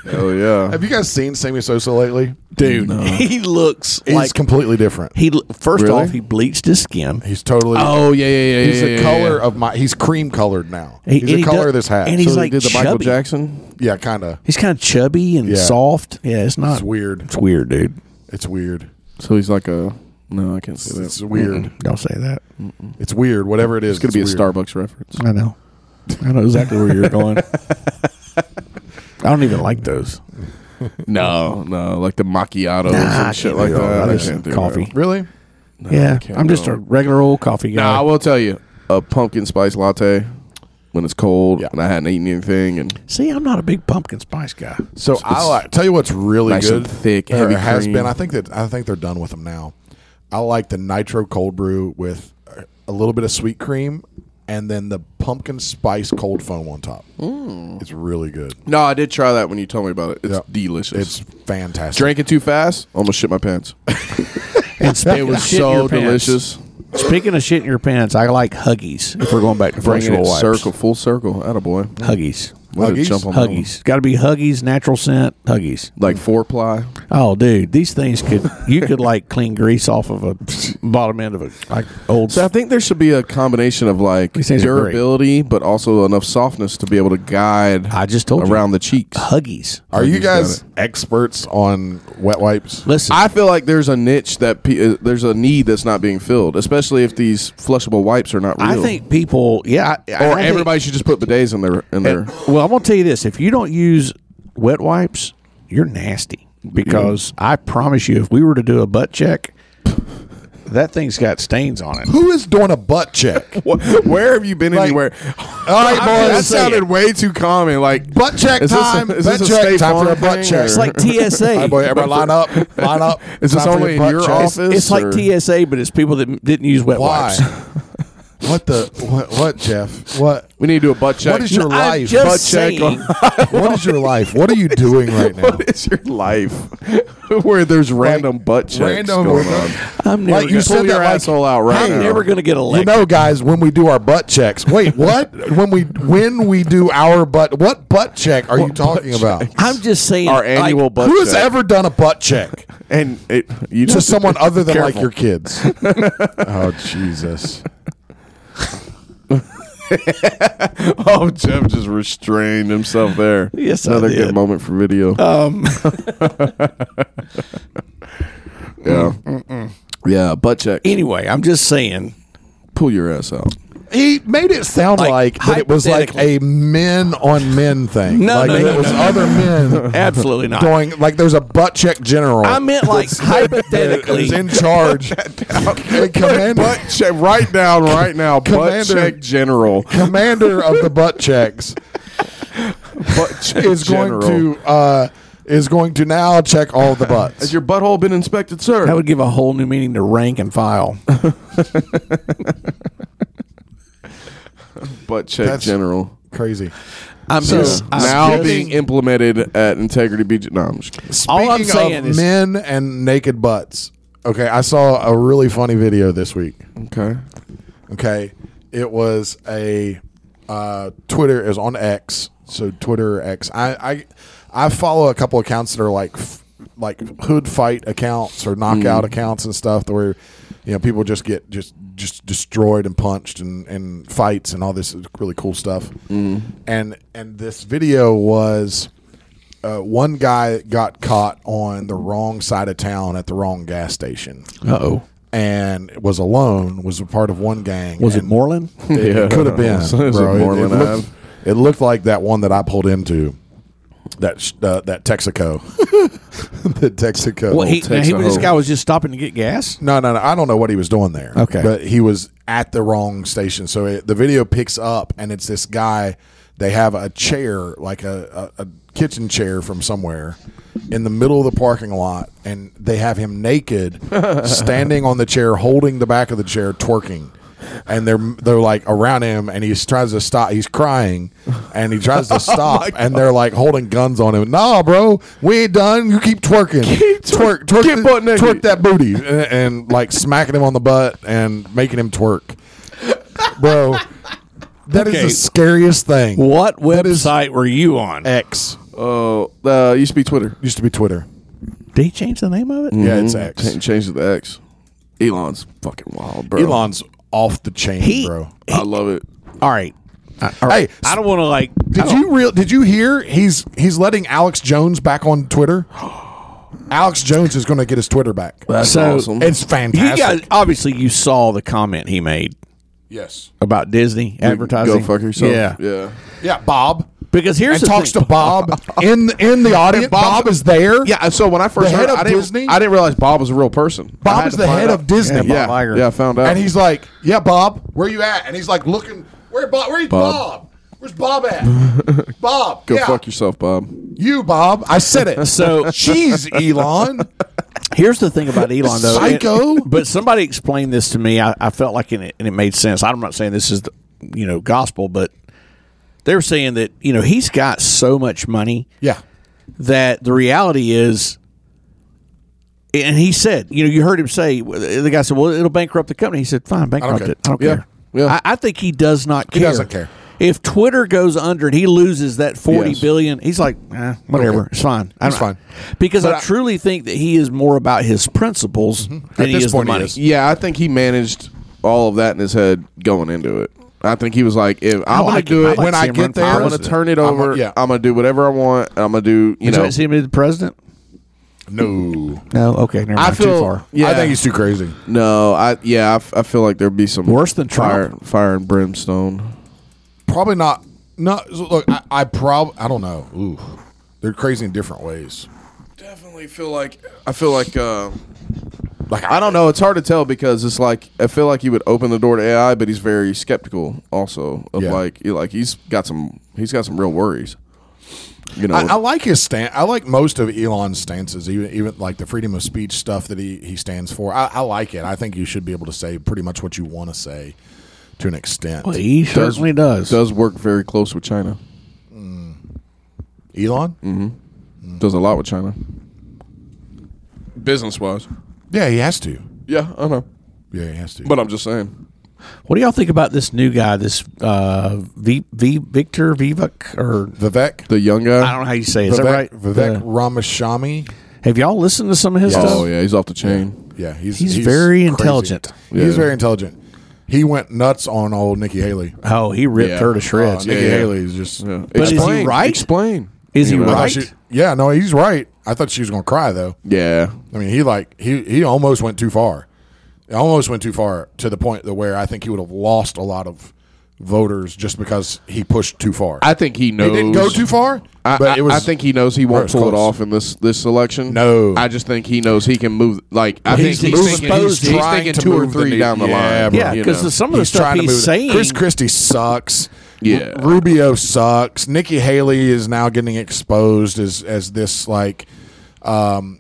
B: Hell yeah.
A: Have you guys seen Sammy Sosa lately?
C: dude, he looks
A: He's
C: like.
A: completely different.
C: he lo- First
B: Really?
C: off, he bleached his skin.
A: He's totally.
B: Oh yeah, yeah, yeah.
A: he's
B: yeah,
A: the
B: yeah,
A: color
B: yeah.
A: of my. He's cream colored now.
C: He-
A: he's
C: and
A: the
C: he
A: color
C: does-
A: of this hat.
C: and he's
B: So
C: like
B: he did the Michael
C: chubby.
B: Jackson.
A: yeah, kind of.
C: He's kind of chubby and
A: Yeah.
C: soft. Yeah, it's not.
A: It's weird.
C: It's weird, dude.
A: It's weird.
B: So he's like a. No, I can't see that.
A: It's weird.
C: Don't say that.
A: It's weird. Whatever it is,
B: It's gonna Mm-hmm. be a Starbucks reference.
C: I know. I know exactly where you're going. I don't even like those.
B: No, no, like the macchiatos
C: Nah, I
B: and shit
C: can't
B: like
C: do all
B: that.
C: that.
B: I
C: It's
B: can't do
C: coffee.
B: that.
A: Really?
C: yeah,
B: can't
C: I'm just
B: go.
C: a regular old coffee guy.
B: No, I will tell you, a pumpkin spice latte when it's cold and I hadn't eaten anything and
C: See, I'm not a big pumpkin spice guy.
A: So I like, tell you what's really
B: nice
A: good,
B: and thick,
A: or
B: heavy
A: has
B: cream.
A: been. I think that I think they're done with them now. I like the nitro cold brew with uh, a little bit of sweet cream, and then the pumpkin spice cold foam on top.
B: Mm.
A: It's really good.
B: no, I did try that when you told me about it. It's
A: Yeah. It's
B: delicious.
A: fantastic.
B: Drank it too fast, almost shit my pants.
C: And
B: It
C: speaking of
B: was
C: shit in
B: so
C: your pants-
B: delicious.
C: Speaking of shit in your pants, I like Huggies. If we're going back to
B: Bringing
C: functional
B: it
C: wipes,
B: circle, full circle. Attaboy.
C: Huggies,
B: Way to
A: Huggies?
B: jump on that one.
C: Huggies. Got to be Huggies, natural scent, Huggies.
B: Like four ply.
C: Oh, dude, these things could you could like clean grease off of a bottom end of a like old.
B: So I think there should be a combination of like
C: These things are great.
B: durability, but also enough softness to be able to guide
C: I just told
B: around
C: you
B: the cheeks.
C: Huggies.
A: Are you
B: He's got
A: guys
B: it.
A: experts on wet wipes?
C: Listen,
B: I feel like there's a niche that pe- uh, there's a need that's not being filled, especially if these flushable wipes are not real.
C: I think people. Yeah, I, I
B: or
C: think-
B: everybody should just put bidets in their in their.
C: Well, I'm gonna tell you this: if you don't use wet wipes, you're nasty. Because I promise you, if we were to do a butt check, that thing's got stains on it.
A: Who is doing a butt check?
B: Where have you been
A: Like-
B: anywhere?
A: All right,
B: I mean,
A: boys.
B: that sounded way too common. Like
A: Butt check
B: Is this a-
A: time.
B: is
A: butt
B: this a
A: check
B: State
A: time for a
B: Farm
A: butt
B: thing,
A: check.
B: or-
C: It's like TSA.
A: All right, boy, everybody line up. Line up.
B: Is this
A: Time for
B: only in
A: butt
B: your
A: check.
B: office?
C: it's like TSA, but it's people that didn't use wet
A: Why?
C: wipes.
A: what the? What, what, Jeff? What?
B: we need to do a butt check.
A: What is your
C: I'm
A: life?
C: just
A: Butt
C: saying.
A: what is your life? What are you doing right now?
B: what is your life where there's random butt checks
A: random-
B: going on?
C: I'm never.
A: Like
C: gonna,
A: you said
B: Pull your
A: that like,
B: asshole out right
C: I'm
B: now.
C: never going to get a
A: You
C: lick.
A: know, guys, when we do our butt checks. Wait, what? when we when we do our butt, what butt check are you talking about?
C: I'm just saying.
B: Our annual butt
A: Who has
B: check.
A: ever done a butt check
B: and it, you
A: to
B: just
A: someone other than like
B: Careful.
A: your kids? oh Jesus!
B: oh Jeff just restrained himself there.
C: Yes, I
B: another
C: did.
B: good moment for video.
C: Um,
B: yeah, yeah, butt check.
C: anyway, I'm just saying.
B: Pull your ass out.
A: He made it sound like,
C: Like,
A: that it was like a men on men thing.
C: No,
A: like
C: no,
A: that
C: no,
A: it was
C: no.
A: other men
C: Absolutely not.
A: going like there's a butt check general.
C: I meant like hypothetically.
A: is in charge. And commander,
B: Butt check right down right now. butt
A: Commander-
B: check general.
A: commander of the butt checks
B: Butt check
A: is
B: general.
A: going to uh, is going to now check all the butts.
B: Has your butthole been inspected, sir?
C: That would give a whole new meaning to rank and file.
B: butt check
A: That's-
B: general.
A: Crazy.
C: I'm
A: So,
C: just I'm
B: now
C: just-
B: being implemented at Integrity Beach. No, I'm just kidding.
C: All I'm
A: Speaking
C: saying
A: of
C: is-
A: men and naked butts. Okay, I saw a really funny video this week.
B: okay.
A: Okay, it was a uh, Twitter is on X, so Twitter or X. I I I follow a couple accounts that are like f- like hood fight accounts or knockout accounts and stuff, where you know people just get just just destroyed and punched and and fights and all this really cool stuff. And and this video was. Uh, one guy got caught on the wrong side of town at the wrong gas station
C: Uh-oh.
A: and was alone, was a part of one gang.
C: Was it
A: and
C: Moreland?
A: It,
B: Yeah.
A: could have been.
B: Is it
A: bro. It- It,
B: Moreland Ave?
A: looked, it looked like that one that I pulled into. That sh- uh, that Texaco, the Texaco.
C: Well, he, now, he-
B: Texaco.
C: this guy was just stopping to get gas.
A: no, no, no. I don't know what he was doing there.
C: Okay.
A: but he was at the wrong station. So it, the video picks up, and it's this guy. They have a chair, like a, a, a kitchen chair from somewhere, in the middle of the parking lot, and they have him naked, standing on the chair, holding the back of the chair, twerking. And they're they're like around him, and he tries to stop. He's crying, and he tries to stop. and they're like holding guns on him. Nah, bro, we ain't done. You keep twerking, twerk, twerk,
B: get butt naked."
A: twerk that booty and, and, like smacking him on the butt and making him twerk. Bro, That is
C: Okay.
A: the scariest thing.
C: What Eh, website were you on?
A: X
B: Oh, uh, used to be Twitter.
A: used to be Twitter.
C: Did he change the name of it?
A: Yeah, it's
B: Ch-
A: X.
B: changed it to X. Elon's fucking wild, bro.
A: Elon's off the chain,
C: He-
A: bro.
B: I love it.
C: All right. I,
A: Hey,
C: I don't want to like.
A: did you real? Did you hear? He's he's letting Alex Jones back on Twitter. Alex Jones is going to get his Twitter back.
B: That's
C: So,
B: awesome.
A: It's
C: You
A: fantastic.
C: guys obviously you saw the comment he made
A: yes.
C: about Disney advertising.
B: Go fuck yourself.
C: Yeah.
B: yeah.
A: Yeah, Bob.
C: Because here's
A: and
C: the
A: talks
C: thing.
A: to Bob in in the audience. Bob,
B: Bob-
A: is there.
B: Yeah, so when I first
A: The head
B: heard,
A: of
B: I didn't,
A: Disney?
B: I didn't realize Bob was a real person. I
A: Bob
B: had
A: is
B: to
A: the
B: find
A: head
B: out.
A: of Disney.
B: Yeah, yeah, I found out.
A: And he's like, "Yeah, Bob, where you at?" And he's like, looking, "Where Bob? Where's Bob? Where's Bob at? Bob,
B: go
A: yeah,
B: fuck yourself, Bob.
A: you, Bob. I said it.
C: So-
A: jeez, Elon.
C: Here's the thing about Elon, though.
A: Psycho.
C: It- but somebody explained this to me. I, I felt like it, and it made sense. I'm not saying this is the you know gospel, but they're saying that you know he's got so much money
A: yeah,
C: that the reality is. And he said, you know, you heard him say, the guy said, well, it'll bankrupt the company. He said, fine, bankrupt
A: care.
C: it. I don't
B: Yeah.
C: care.
B: Yeah.
C: I, I think he does not care.
A: doesn't care.
C: If Twitter goes under and he loses that forty
B: Yes.
C: billion, he's like, eh, whatever, it's fine. I
A: It's
C: don't-
A: fine.
C: Because I,
A: I-
C: truly think that he is more about his principles than
A: At
C: he
A: this
C: is the
A: point, he
C: money.
A: is.
B: Yeah, I think he managed all of that in his head going into it. I think he was like, if I'm gonna
C: like
B: do
C: him. I
B: it
C: like
B: when I
C: seeing him run
B: get
C: for
B: there, I'm gonna
C: president.
B: turn it
A: I'm a-
B: over.
A: yeah.
B: I'm gonna do whatever I want. I'm gonna do, you
C: Did
B: know.
C: you see him as the president?
A: no,
C: No, okay, never
B: I
C: mind.
B: feel,
C: too far.
B: yeah,
A: I think he's too crazy.
B: no, I yeah, I, f- I feel like there'd be some
C: Worse than
B: fire,
C: Trump.
B: fire and brimstone.
A: Probably not. No, so look, I, I probably I don't know. Ooh, they're crazy in different ways.
B: Definitely feel like I feel like. Uh,
A: Like
B: I don't know. It's hard to tell because it's like I feel like he would open the door to AI, but he's very skeptical also of
A: Yeah.
B: like he- like he's got some he's got some real worries. You know,
A: I, I like his stance. I like most of Elon's stances, even even like the freedom of speech stuff that he, he stands for. I, I like it. I think you should be able to say pretty much what you want to say to an extent.
C: Well, he certainly does.
B: does work very close with China.
A: Elon?
B: Mm. Does a lot with China. Business wise,
A: Yeah, he has to.
B: yeah, I know,
A: Yeah, he has to.
B: but I'm just saying.
C: What do y'all think about this new guy, this uh, v, v, Victor Vivek? Or
A: Vivek,
B: The young guy.
C: I don't know how you say it. Is
A: Vivek,
C: that right?
A: Vivek
C: The-
A: Ramaswamy.
C: have y'all listened to some of his
B: oh
C: stuff?
B: yeah, he's off the chain.
A: Yeah, he's
C: He's very intelligent.
A: He's
B: Yeah.
A: very intelligent. He went nuts on old Nikki Haley.
C: Oh, he ripped
B: Yeah.
C: her to shreds.
A: Uh, Nikki
B: yeah.
A: Haley is just.
B: Yeah.
C: is he right?
B: Explain.
C: Is he
B: You know?
A: I thought
C: right?
A: she- yeah, no, he's right. I thought she was going to cry though.
B: Yeah,
A: I mean, he like he he almost went too far. He almost went too far to the point that where I think he would have lost a lot of voters just because he pushed too far.
B: I think he knows.
A: he didn't go too far,
B: I,
A: but
B: I-
A: it was.
B: I think he knows he
A: it
B: won't
A: was
B: pull it
A: close.
B: off in this this election.
A: No.
B: I just think he knows he can move. Like I
C: He's
B: think
C: moving-
B: he's thinking, he's,
C: exposed
B: he's
A: trying
B: thinking
A: to
B: two or
A: move the
B: three
A: needle.
B: down the
A: Yeah,
B: line.
A: bro.
C: Yeah,
B: you
C: because
B: know.
C: some of the
A: He's
C: stuff
A: trying to
C: he's
A: move it.
C: saying.
A: Chris Christie sucks.
B: Yeah.
A: R- Rubio sucks. Nikki Haley is now getting exposed as as this like, um,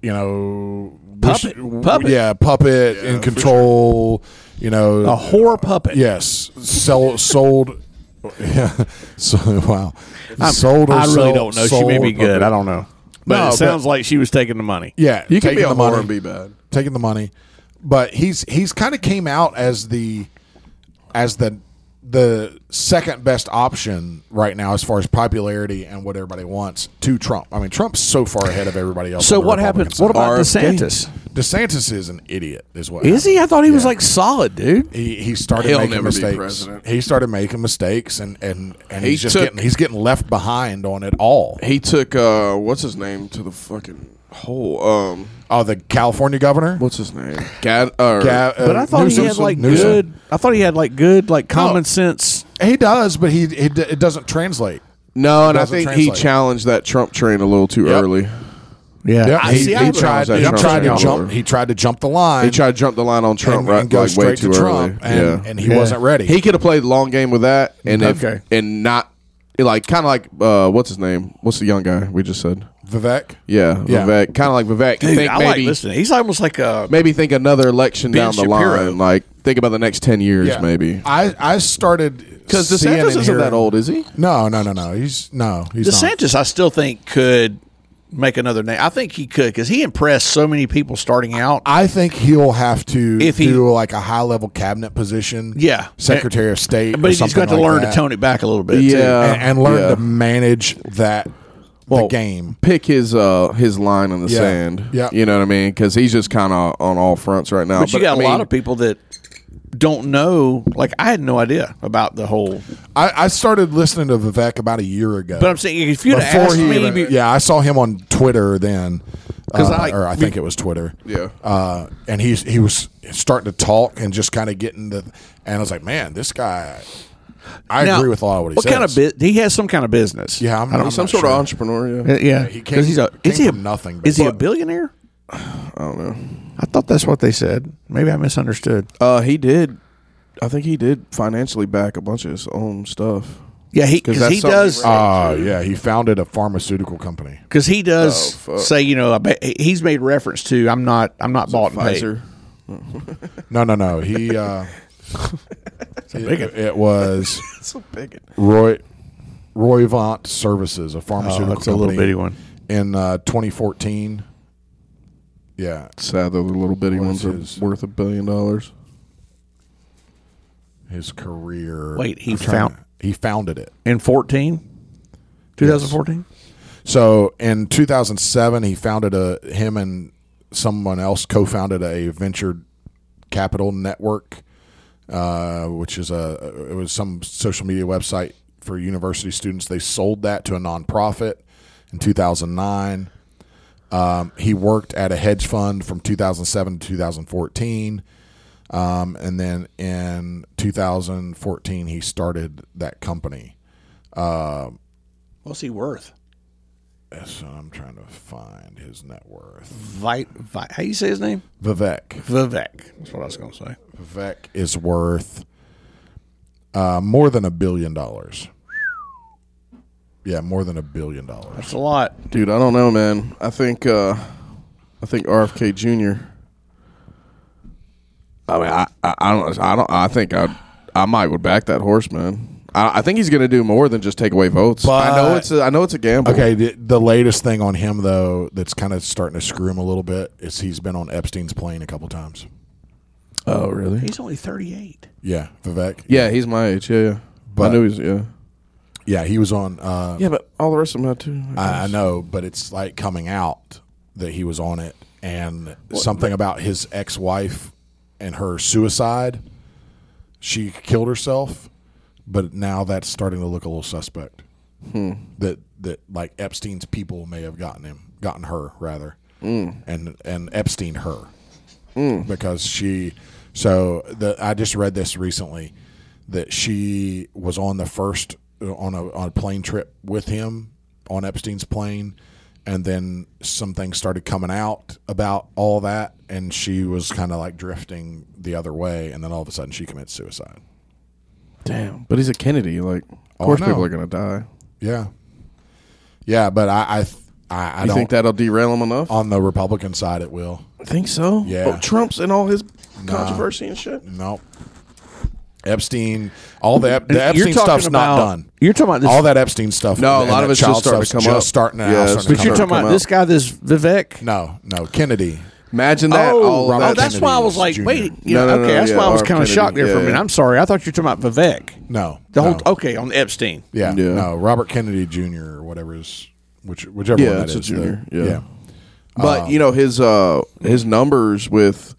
A: you know, wish-
C: Puppet. Puppet.
A: yeah, puppet in control. You know,
C: a whore puppet.
A: Yes, sell sold. Yeah, so wow, sold. Or
C: I really
A: sold-
C: don't know. She
A: sold-
C: may be good. I don't know. But
A: No,
C: it
A: but-
C: sounds like she was taking the money.
A: Yeah,
B: you can
A: taking
B: be
A: the
B: a whore
A: money,
B: and be bad.
A: taking the money. But he's he's kind of came out as the as the the second best option right now as far as popularity and what everybody wants to Trump. I mean, Trump's so far ahead of everybody else.
C: So
A: on the
C: what
A: Republican
C: happened? What
A: side.
B: RFK.
C: about DeSantis?
A: DeSantis? Is an idiot, is what
C: Is
A: happened.
C: he? I thought he was like solid, dude.
A: He, he started
B: He'll
A: making
B: never be
A: mistakes.
B: president.
A: He started making mistakes, and and, and he's
B: He
A: just
B: took-
A: getting he's getting left behind on it all.
B: He took uh, what's his name to the fucking hole. Um,
A: Oh, the California governor.
B: what's his name? Gad. Uh,
A: Ga- uh,
C: But I thought
A: Newsom-
C: he had like
A: Newsom.
C: good. I thought he had like good, like common sense.
A: He does, but he it, it doesn't translate.
B: no, and I
A: Doesn't
B: think he
A: translate.
B: challenged that Trump train a little too
A: Yep.
B: early.
C: Yeah,
A: Yeah,
C: I
A: he,
C: see.
A: he
C: I would-
A: tried.
B: that
A: He
B: Trump
A: tried to
B: channel.
A: jump. He tried to jump the line.
B: He tried to jump the line on Trump
A: and,
B: right,
A: and go
B: like
A: straight
B: way too
A: to
B: early.
A: Trump, and,
B: yeah.
A: and he wasn't ready.
B: He could have played the long game with that, and if-
C: Okay.
B: and not like kind of like uh, what's his name? What's the young guy we just said?
A: Vivek.
B: Yeah,
A: Yeah.
B: Vivek. Kind of like Vivek.
C: Dude,
B: think
C: I like
B: maybe
C: listening. He's almost like a.
B: maybe think another election
C: Ben
B: down the
C: Shapiro.
B: line. Like think about the next ten years,
A: Yeah.
B: maybe.
A: I I started
B: Because
A: seeing and
B: DeSantis isn't
A: hearing-
B: that old, is he?
A: No, no, no, no. He's no. He's not.
C: DeSantis, I still think could make another name. I think he could because he impressed so many people starting out.
A: I think he'll have to
C: If he-
A: do like a high level cabinet position.
C: Yeah.
A: Secretary of State. or
C: but he's
A: something
C: got to
A: like
C: learn
A: that.
C: to tone it back a little bit.
B: Yeah.
C: too.
A: A- and, learn
B: Yeah.
A: to manage that the
B: Well,
A: game.
B: Pick his uh his line in the
A: Yeah.
B: sand.
A: Yeah.
B: you know what I mean. Because he's just kind of on all fronts right now.
C: But, you got
B: I
C: a lot
B: mean,
C: of people that don't know. Like I had no idea about the whole.
A: I, I started listening to Vivek about a year ago.
C: But I'm saying if you'd
A: before
C: asked
A: he
C: me,
A: even- yeah, I saw him on Twitter then,
C: 'Cause
A: uh,
C: I-
A: or I think it was Twitter.
B: Yeah.
A: uh, and he's he was starting to talk and just kind of getting the, and I was like, man, this guy, I
C: Now,
A: agree with a lot of what he
C: what
A: says.
C: kind of bu- he has some kind of business?
A: Yeah, I'm, I'm
C: I don't-
A: not
B: Some sort of
A: sure.
B: entrepreneur. Yeah.
C: Uh, yeah.
A: he
C: 'Cause he's a,
A: came
C: is he a,
A: from nothing, but-
C: Is he a billionaire?
B: I don't know.
C: I thought that's what they said. Maybe I misunderstood.
B: Uh, he did. I think he did financially back a bunch of his own stuff.
C: Yeah, he
B: 'Cause
C: because
B: that's
C: he
B: something
C: does
B: he wrote.
A: Ah, yeah, he founded a pharmaceutical company.
C: because he does
B: Oh, fuck.
C: say you know I bet he's made reference to I'm not I'm not
B: Oh,
C: bought and paid.
B: Pfizer.
A: No, no, no. He uh, it, it was
B: That's a bigot.
A: Roy Royvant Services, a pharmaceutical
C: Oh, that's a little
A: company
C: bitty one.
A: in uh, 2014. Yeah,
B: Sad that the little bitty
A: What's
B: ones are
A: his-
B: worth a billion dollars.
A: his career.
C: Wait, he
A: I'm trying
C: found-
A: to- he founded it.
C: in 14 2014
A: So in 2007, he founded a him and someone else co-founded a venture capital network, uh, which is a it was some social media website for university students. They sold that to a nonprofit in 2009. Um, he worked at a hedge fund from 2007 to 2014. Um, and then in 2014, he started that company.
C: what's he worth
A: So I'm trying to find his net worth.
C: Vite, Vite, how do you say his name
A: Vivek.
C: Vivek that's what I was gonna say
A: Vivek is worth uh, more than a billion dollars. Yeah, more than a billion dollars.
C: it's a lot
B: Dude, I don't know, man. I think uh, I think RFK Jr. I mean, I, I, I don't, I don't, I think I, I might would back that horse, man. I, I think he's going to do more than just take away votes. I know
A: But-
B: it's, a, I know it's a gamble.
A: Okay, the, the latest thing on him though that's kind of starting to screw him a little bit is he's been on Epstein's plane a couple times.
B: Oh, really?
C: he's only 38
A: Yeah, Vivek.
B: Yeah, he's my age. Yeah, yeah.
A: But-
B: I knew he's yeah.
A: Yeah, he was on. Uh,
B: Yeah, but all the rest of them had too.
A: I, I know, but it's like coming out that he was on it, and something about his ex-wife and her suicide. She killed herself, but now that's starting to look a little suspect. That that like Epstein's people may have gotten him, gotten her rather, and and Epstein her because she. So the I just read this recently that she was on the first uh, on a on a plane trip with him on Epstein's plane, and then some things started coming out about all that, and she was kind of like drifting the other way, and then all of a sudden she commits suicide.
B: Damn, but he's a Kennedy. Like,
A: Oh,
B: of course,
A: I know.
B: people are going to die.
A: Yeah, yeah, but I I I, I
B: You
A: don't
B: think that'll derail him enough?
A: on the Republican side it will.
B: I think so.
A: Yeah.
B: But Trump's and all his controversy and shit.
A: No. Epstein, all the, Ep- the Epstein
C: talking
A: stuff's not
C: about-
A: done.
C: you're talking about this-
A: all that Epstein stuff.
B: No, a
A: and
B: lot
A: that
B: of it's
A: child
B: just starting to
A: stuff's
B: come
A: just
B: up.
A: starting out.
B: Yeah,
A: starting
B: it's-
A: to come
B: but
C: but you're
A: up.
B: Come
C: talking about
B: out.
C: this guy this Vivek
A: No, no, Kennedy.
B: Imagine that. all
C: oh,
A: Robert
B: of that.
A: Kennedy
C: that's why I was like
A: Jr..
C: wait you know,
B: No, no,
C: okay
B: no,
C: that's
B: yeah,
C: why I was
B: R.
C: kind of
B: Kennedy,
C: shocked there for a
B: yeah,
C: minute
B: yeah.
C: I'm sorry I thought you were talking about Vivek
A: No,
C: the whole
A: no.
C: okay on Epstein
A: yeah,
B: Yeah.
A: no, Robert Kennedy Jr. or whatever is which whichever
B: Yeah,
A: one that
B: it's
A: is.
B: a
A: the-
B: junior, yeah. But you know his uh, his numbers with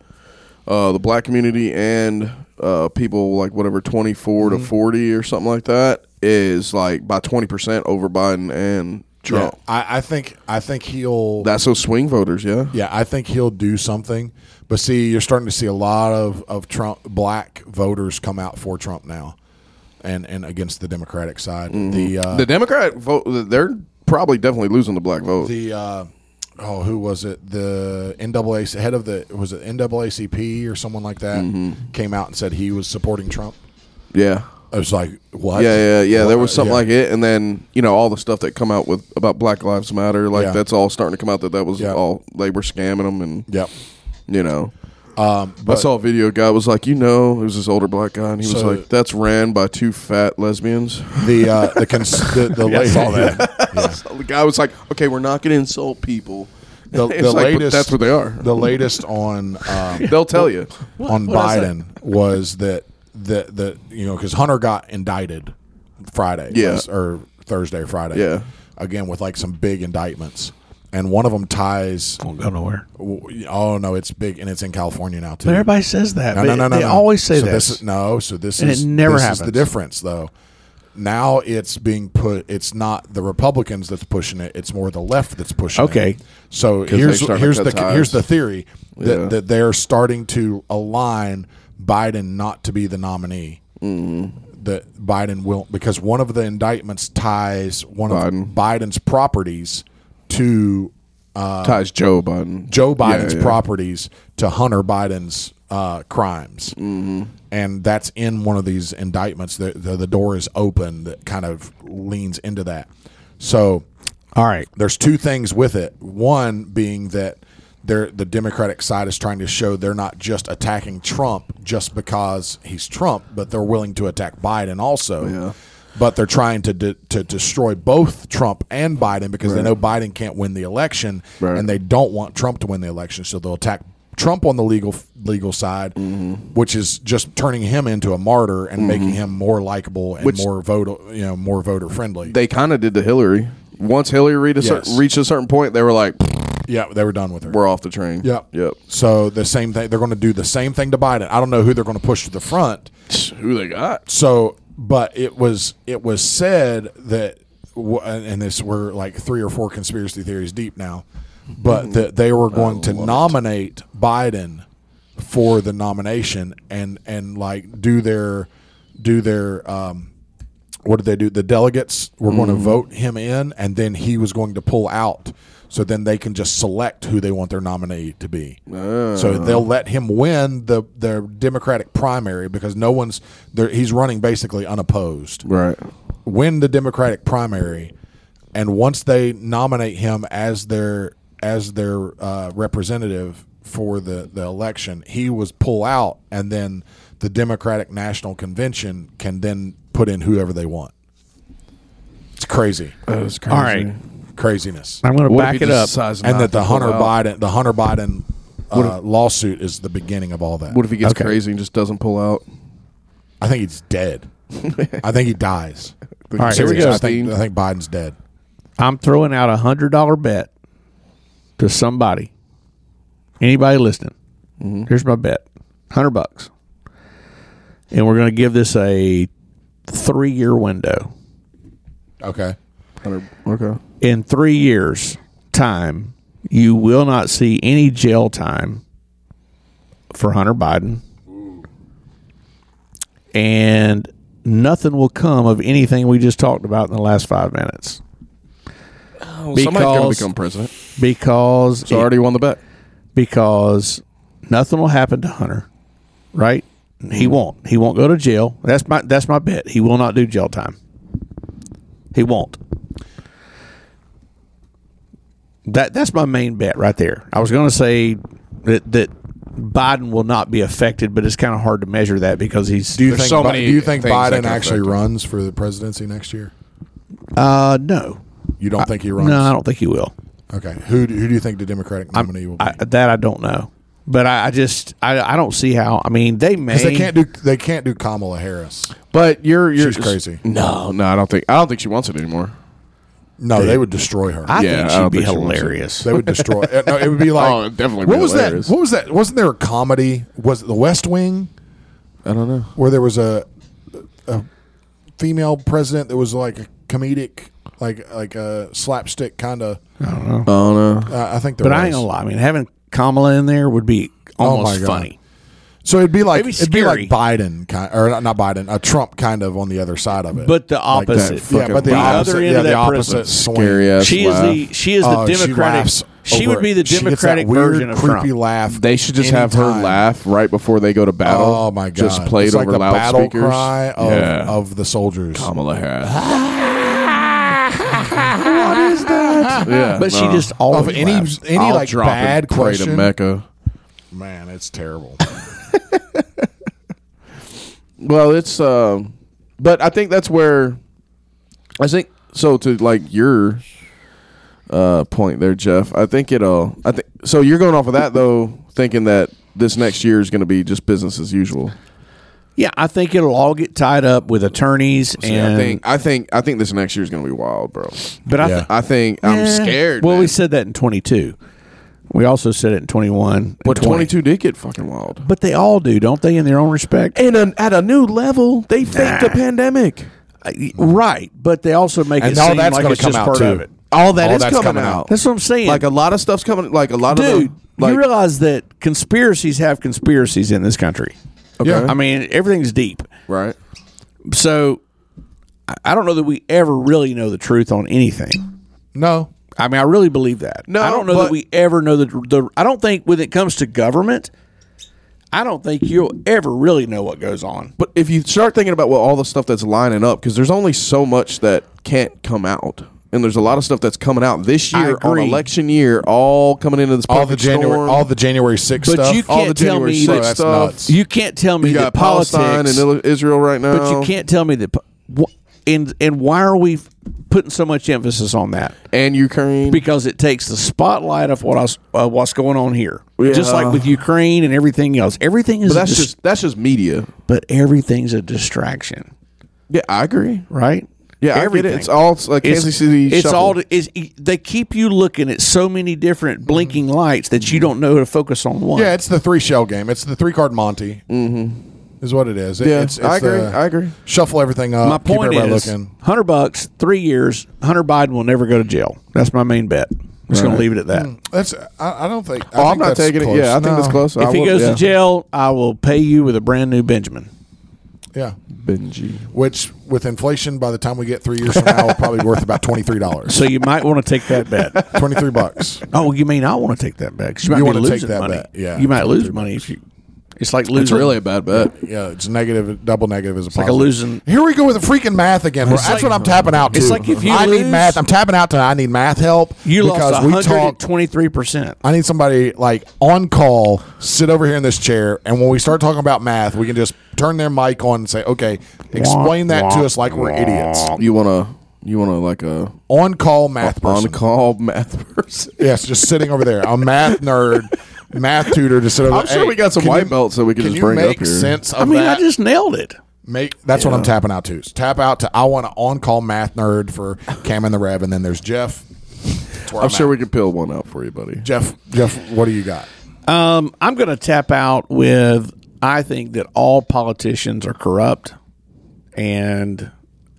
B: uh, the black community and uh, people like whatever twenty to forty or something like that is like by twenty percent over Biden and
A: yeah.
B: Trump.
A: I, I think I think he'll
B: That's those swing voters, yeah.
A: Yeah, I think he'll do something. But see, you're starting to see a lot of, of Trump black voters come out for Trump now, and and against the Democratic side.
B: Mm-hmm.
A: The uh,
B: The Democrat vote, they're probably definitely losing the black vote.
A: the uh, oh, who was it? The NAACP head of the was it NAACP or someone like that
B: Mm-hmm.
A: came out and said he was supporting Trump.
B: yeah.
A: I was like, what?
B: Yeah, yeah, yeah. There was
A: What?
B: something
A: Yeah.
B: like it, and then you know all the stuff that come out with about Black Lives Matter, like
A: Yeah.
B: that's all starting to come out that that was
A: Yeah.
B: all they were scamming them, and
A: Yep.
B: you know,
A: Um, but
B: I saw a video. A guy was like, you know, it was this older black guy, and he was
A: So-
B: like, that's ran by two fat lesbians.
A: the uh, the cons- the, the
C: Yeah, I
A: lady-
C: saw that.
A: Yeah.
B: So the guy was like, okay, we're not going to insult people.
A: The,
B: It's
A: the
B: like, but
A: latest
B: that's what they are.
A: The latest on um,
B: They'll tell you.
A: on
C: what is
A: Biden was that the the you know because Hunter got indicted Friday,
B: Yeah.
A: last- or Thursday or Friday,
B: Yeah.
A: again with like some big indictments, and one of them ties.
C: won't go nowhere
A: Oh no, it's big and it's in California now too.
C: but everybody says that
A: no, no, no, no,
C: they
A: no.
C: always say
A: so
C: this,
A: is, no, so this
C: And it
A: is
C: never
A: this Is the
C: happens.
A: difference though. Now it's being put. It's not the Republicans that's pushing it. It's more the left that's pushing it.
C: Okay.
A: So
B: they
A: here's
B: started
A: here's
B: to
A: the
B: cut ties.
A: here's the theory that,
B: Yeah.
A: that they're starting to align Biden not to be the nominee.
C: Mm-hmm.
A: that Biden will because one of the indictments ties one of
B: Biden.
A: Biden's properties to
B: ties Joe
A: Uh,
B: Biden.
A: Joe Biden's
B: Yeah, yeah.
A: properties to Hunter Biden's uh, crimes,
B: Mm-hmm.
A: and that's in one of these indictments. The, the the door is open that kind of leans into that. So
C: All right.
A: there's two things with it. One being that they're, the Democratic side is trying to show they're not just attacking Trump just because he's Trump, but they're willing to attack Biden also.
B: Yeah.
A: But they're trying to de- to destroy both Trump and Biden because they know Biden can't win the election,
B: Right.
A: and they don't want Trump to win the election, so they'll attack Trump on the legal legal side,
B: Mm-hmm.
A: which is just turning him into a martyr and making him more likable and more voter you know more voter friendly.
B: They kind of did to Hillary. Once Hillary reached a,
A: Yes.
B: cer- reached a certain point, they were like,
A: yeah, they were done with her.
B: "We're off the train."
A: Yep.
B: Yep.
A: So the same thing. They're going to do the same thing to Biden. I don't know who they're going to push to the front.
B: Who they got?
A: So, but it was it was said that, w- and this we're like three or four conspiracy theories deep now, but that they were going to nominate Biden for the nomination and and like do their do their um what did they do? The delegates were going to vote him in, and then he was going to pull out. So then they can just select who they want their nominee to be. So they'll let him win the the Democratic primary because no one's there. He's running basically unopposed.
B: Right.
A: Win the Democratic primary, and once they nominate him as their as their uh, representative for the the election, he was pull out, and then the Democratic National Convention can then put in whoever they want. It's crazy,
C: All right.
A: craziness,
C: I'm going to
B: What
C: back
B: if he
C: it
B: just
C: up.
B: decides not
A: and that
B: to
A: the
B: pull
A: Hunter
B: out?
A: Biden the Hunter Biden uh, lawsuit is the beginning of all that.
B: What if he gets
C: Okay.
B: crazy and just doesn't pull out?
A: I think he's dead. I think he dies.
B: All
C: right, here we
A: Seriously,
C: go.
A: I think, I think Biden's dead.
C: I'm throwing out a hundred dollar bet to somebody. Anybody listening? Here's my bet: hundred bucks, and we're going to give this a three year window.
A: Okay.
B: Okay.
C: In three years' time, you will not see any jail time for Hunter Biden, and nothing will come of anything we just talked about in the last five minutes
B: Somebody's gonna
C: Because-
B: become president.
C: because
B: So I already won the bet.
C: because nothing will happen to Hunter, right?
B: Mm-hmm.
C: He won't. He won't go to jail. That's my that's my bet. He will not do jail time. He won't. That that's my main bet right there. I was going to say that that Biden will not be affected, but it's kind of hard to measure that because he's
A: Do you
B: There's
A: think?
B: so
A: Bi-
B: many
A: do you think
B: things that
A: Biden
B: can
A: actually
B: affect it.
A: runs for the presidency next year?
C: uh no.
A: You don't think he runs?
C: No, I don't think he will.
A: Okay. Who do, who do you think the Democratic nominee will be?
C: I, that I don't know. But I, I just I, I don't see how. I mean, they may
A: 'Cause they can't do they can't do Kamala Harris.
B: But you're you're
A: She's crazy.
B: No, no, I don't think I don't think she wants it anymore.
A: No, they would destroy her.
C: I
B: Yeah,
C: think
B: I
C: she'd
B: don't
C: be
B: think she wants it.
C: hilarious.
A: they would destroy. uh, no, it would be like
B: Oh, it'd definitely be
A: What was
B: hilarious.
A: that? What was that? Wasn't there a comedy? Was it The West Wing
B: I don't know.
A: where there was a a female president that was like a comedic, like like a slapstick kind of?
B: I don't know.
A: Uh, I think there
C: But
A: was.
C: I ain't gonna lie. I mean, having Kamala in there would be
A: Oh my
C: almost
A: God.
C: funny.
A: So it'd be like
C: It'd be
A: it'd be
C: scary.
A: like Biden kind or not- not Biden, a Trump kind of on the other side of it.
C: But the
A: Like that
C: opposite.
A: fucking- yeah, but the,
C: The other
A: opposite,
C: end
A: yeah,
C: of
A: the
C: that
A: opposite
C: prism.
A: swing.
B: Scary ass
C: she is
B: laugh.
C: the she is the
A: Oh,
C: Democratic.
A: laughs
C: She,
A: over
C: would
A: it.
C: be the
A: She gets that
C: Democratic
A: weird,
C: version of
A: creepy
C: Trump.
A: laugh.
B: They should just have her
A: anytime.
B: laugh right before they go to battle.
A: Oh my god!
B: Just played
A: it's like
B: over
A: the battle
B: loudspeakers.
A: cry of,
B: yeah.
A: of the soldiers.
B: Kamala Harris. what is that? Yeah,
C: But she
B: no.
C: just always
A: Of any
C: laughs.
A: any
B: I'll
A: like
B: drop and
A: bad
B: pray to
A: question.
B: Mecca.
A: Man, it's terrible.
B: Well, it's um, but I think that's where I think so to like your uh point there, Jeff. I think it'll. I think so. You're going off of that though, thinking that this next year is going to be just business as usual.
C: Yeah, I think it'll all get tied up with attorneys
B: See,
C: and.
B: I think I think I think this next year is going to be wild, bro.
C: but I,
A: Yeah.
C: th-
B: I think I'm
C: eh,
B: scared.
C: Well,
B: man.
C: we said that in twenty two. We also said it in twenty one.
B: but 22 did get fucking wild.
C: But they all do, don't they? In their own respect.
B: And an, at a new level, they faked
C: Nah.
B: a pandemic.
C: right, but they also make
A: And
C: it
A: all
C: seem
A: that's
C: like
A: gonna
C: it's
A: come
C: just
A: out,
C: part
A: too.
C: of it.
B: All that
A: All
B: is
A: that's
B: coming,
A: coming
B: out.
C: That's what I'm saying.
B: Like a lot of stuff's coming. Like a lot of
C: dude,
B: them, like,
C: you realize that conspiracies have conspiracies in this country.
B: Okay.
A: Yeah.
C: I mean, everything's deep.
B: right?
C: So I- I don't know that we ever really know the truth on anything.
A: No,
C: I mean, I really believe that.
B: No,
C: I don't know
B: but-
C: that we ever know the, the. I don't think when it comes to government, I don't think you'll ever really know what goes on.
B: But if you start thinking about well, all the stuff that's lining up, because there's only so much that can't come out, and there's a lot of stuff that's coming out this
C: I
B: year on
C: agree.
B: election year, all coming into this
A: all the
B: perfect
A: January,
B: storm,
A: all the January sixth
C: But
A: stuff.
C: you
A: all
C: can't
A: the
C: tell
A: January
C: me
A: 6th
B: that
A: that's
B: stuff-
A: nuts.
C: You can't tell me
B: you got
C: that
B: Palestine
C: politics
B: and Il- Israel right now,
C: But you can't tell me that. po- wh- And and why are we f- putting so much emphasis on that?
B: and Ukraine.
C: Because it takes the spotlight of what else, uh, what's going on here.
B: Yeah.
C: Just like with Ukraine and everything else, everything is.
B: but that's
C: a dis-
B: just that's just media.
C: but everything's a distraction,
B: Yeah, I agree.
C: right?
B: Yeah, I get it. It's all it's like Kansas City.
C: It's
B: shuffle.
C: all. It's, e, they keep you looking at so many
B: Mm-hmm.
C: different blinking lights that you don't know to focus on one.
A: yeah, it's the three shell game. It's the three card Monty. Mm-hmm. Is what it is. It-
B: Yeah,
A: it's, it's
B: I agree.
A: the-
B: I agree.
A: Shuffle everything up.
C: my
A: keep
C: point
A: everybody
C: is,
A: looking.
C: hundred bucks, three years. Hunter Biden will never go to jail. That's my main bet. I'm just going to leave it at that.
B: Mm.
A: That's. I, I don't think. I
B: Oh,
A: think
B: I'm not
A: that's
B: taking
A: close.
B: it. Yeah, I think
A: No.
B: that's close.
C: If
B: I
C: he
B: would-
C: goes
B: yeah.
C: to jail, I will pay you with a brand new Benjamin.
A: Yeah,
B: Benji.
A: which with inflation, by the time we get three years from now, will probably be worth about twenty three dollars,
C: So you might want to take that bet.
A: twenty three bucks.
C: Oh, you may not want to take that bet. 'cause You might
A: You
C: be
A: wanna take
C: losing
A: that
C: money.
A: bet, yeah.
C: you might lose money if you. It's like losing.
B: It's really a bad bet.
A: Yeah, it's negative, double negative is a
C: like
A: positive.
C: a losing-
A: Here we go with the freaking math again. Bro.
C: It's
A: That's
C: like-
A: what I'm tapping out to.
C: it's like if you
A: I
C: lose-
A: need math. I'm tapping out to I need math help
C: You
A: because
C: lost
A: we
C: one hundred
A: talked
C: twenty three percent.
A: I need somebody like on call, sit over here in this chair, and when we start talking about math, we can just turn their mic on and say, "Okay, explain that to us like we're idiots."
B: You wanna you wanna like a
A: On call math
B: on
A: person.
B: call math person.
A: Yes, just sitting over there, a math nerd, math tutor, just sit over.
B: I'm
A: there.
B: sure we got some
A: can
B: white belts that we can just bring
A: you
B: up
A: make
B: here.
A: Sense of
C: I mean,
A: that?
C: I just nailed it.
A: Make that's what I'm tapping out to. Tap out to I want an on call math nerd for Cam and the Rev, and then there's Jeff. That's where
B: I'm sure
A: at.
B: we can peel one out for you, buddy.
A: Jeff. Jeff, what do you got?
C: Um, I'm going to tap out with I think that all politicians are corrupt, and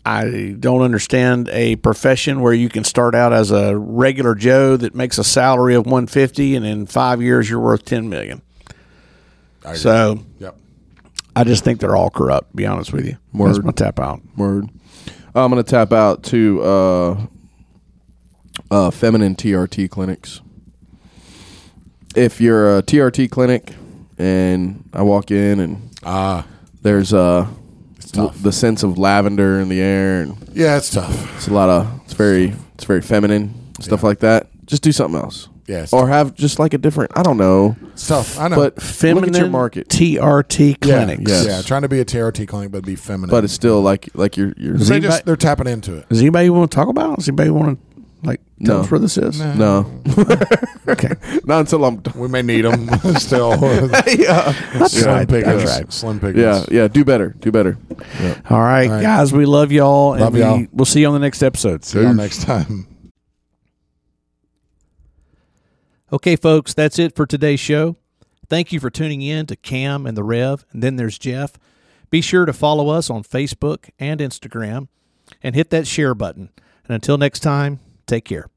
C: I don't understand a profession where you can start out as a regular Joe that makes a salary of 150, and in five years you're worth 10 million.
A: agree.
C: So
A: Yep.
C: I just think they're all corrupt. to Be honest with you. That's
B: Word.
C: my tap out.
B: Word. I'm gonna tap out to uh, uh, feminine TRT clinics. If you're a TRT clinic, and I walk in and
A: Ah,
B: there's uh,
A: tough.
B: the sense of lavender in the air, and
A: yeah, it's tough.
B: it's a lot of it's very it's very feminine stuff like that. Just do something else.
A: Yeah, it's
B: or have just like a different. I don't know.
A: It's tough. I know.
B: But
C: Feminine
B: look at your market.
C: TRT
A: yeah,
C: clinics.
B: yes.
A: yeah, trying to be a TRT clinic but be feminine.
B: But it's still like like you're you're
A: they
C: anybody-
A: just they're tapping into it.
C: Does anybody want to talk about? it? Does anybody want to like tell
B: No.
C: us where this is?
B: no
C: Okay,
B: not until I'm done.
A: We may need them still.
B: yeah
C: that's
A: slim
C: right.
A: pickings.
C: That's right.
A: Slim pickings.
B: yeah yeah. Do better. Do better.
C: All right,
A: right.
C: guys, we love y'all, and
A: Love
C: we,
A: y'all.
C: we'll see you on the next episode.
A: See y'all next time.
D: Okay, folks, that's it for today's show. Thank you for tuning in to Cam and the Rev, and then there's Jeff. Be sure to follow us on Facebook and Instagram and hit that share button. And until next time, take care.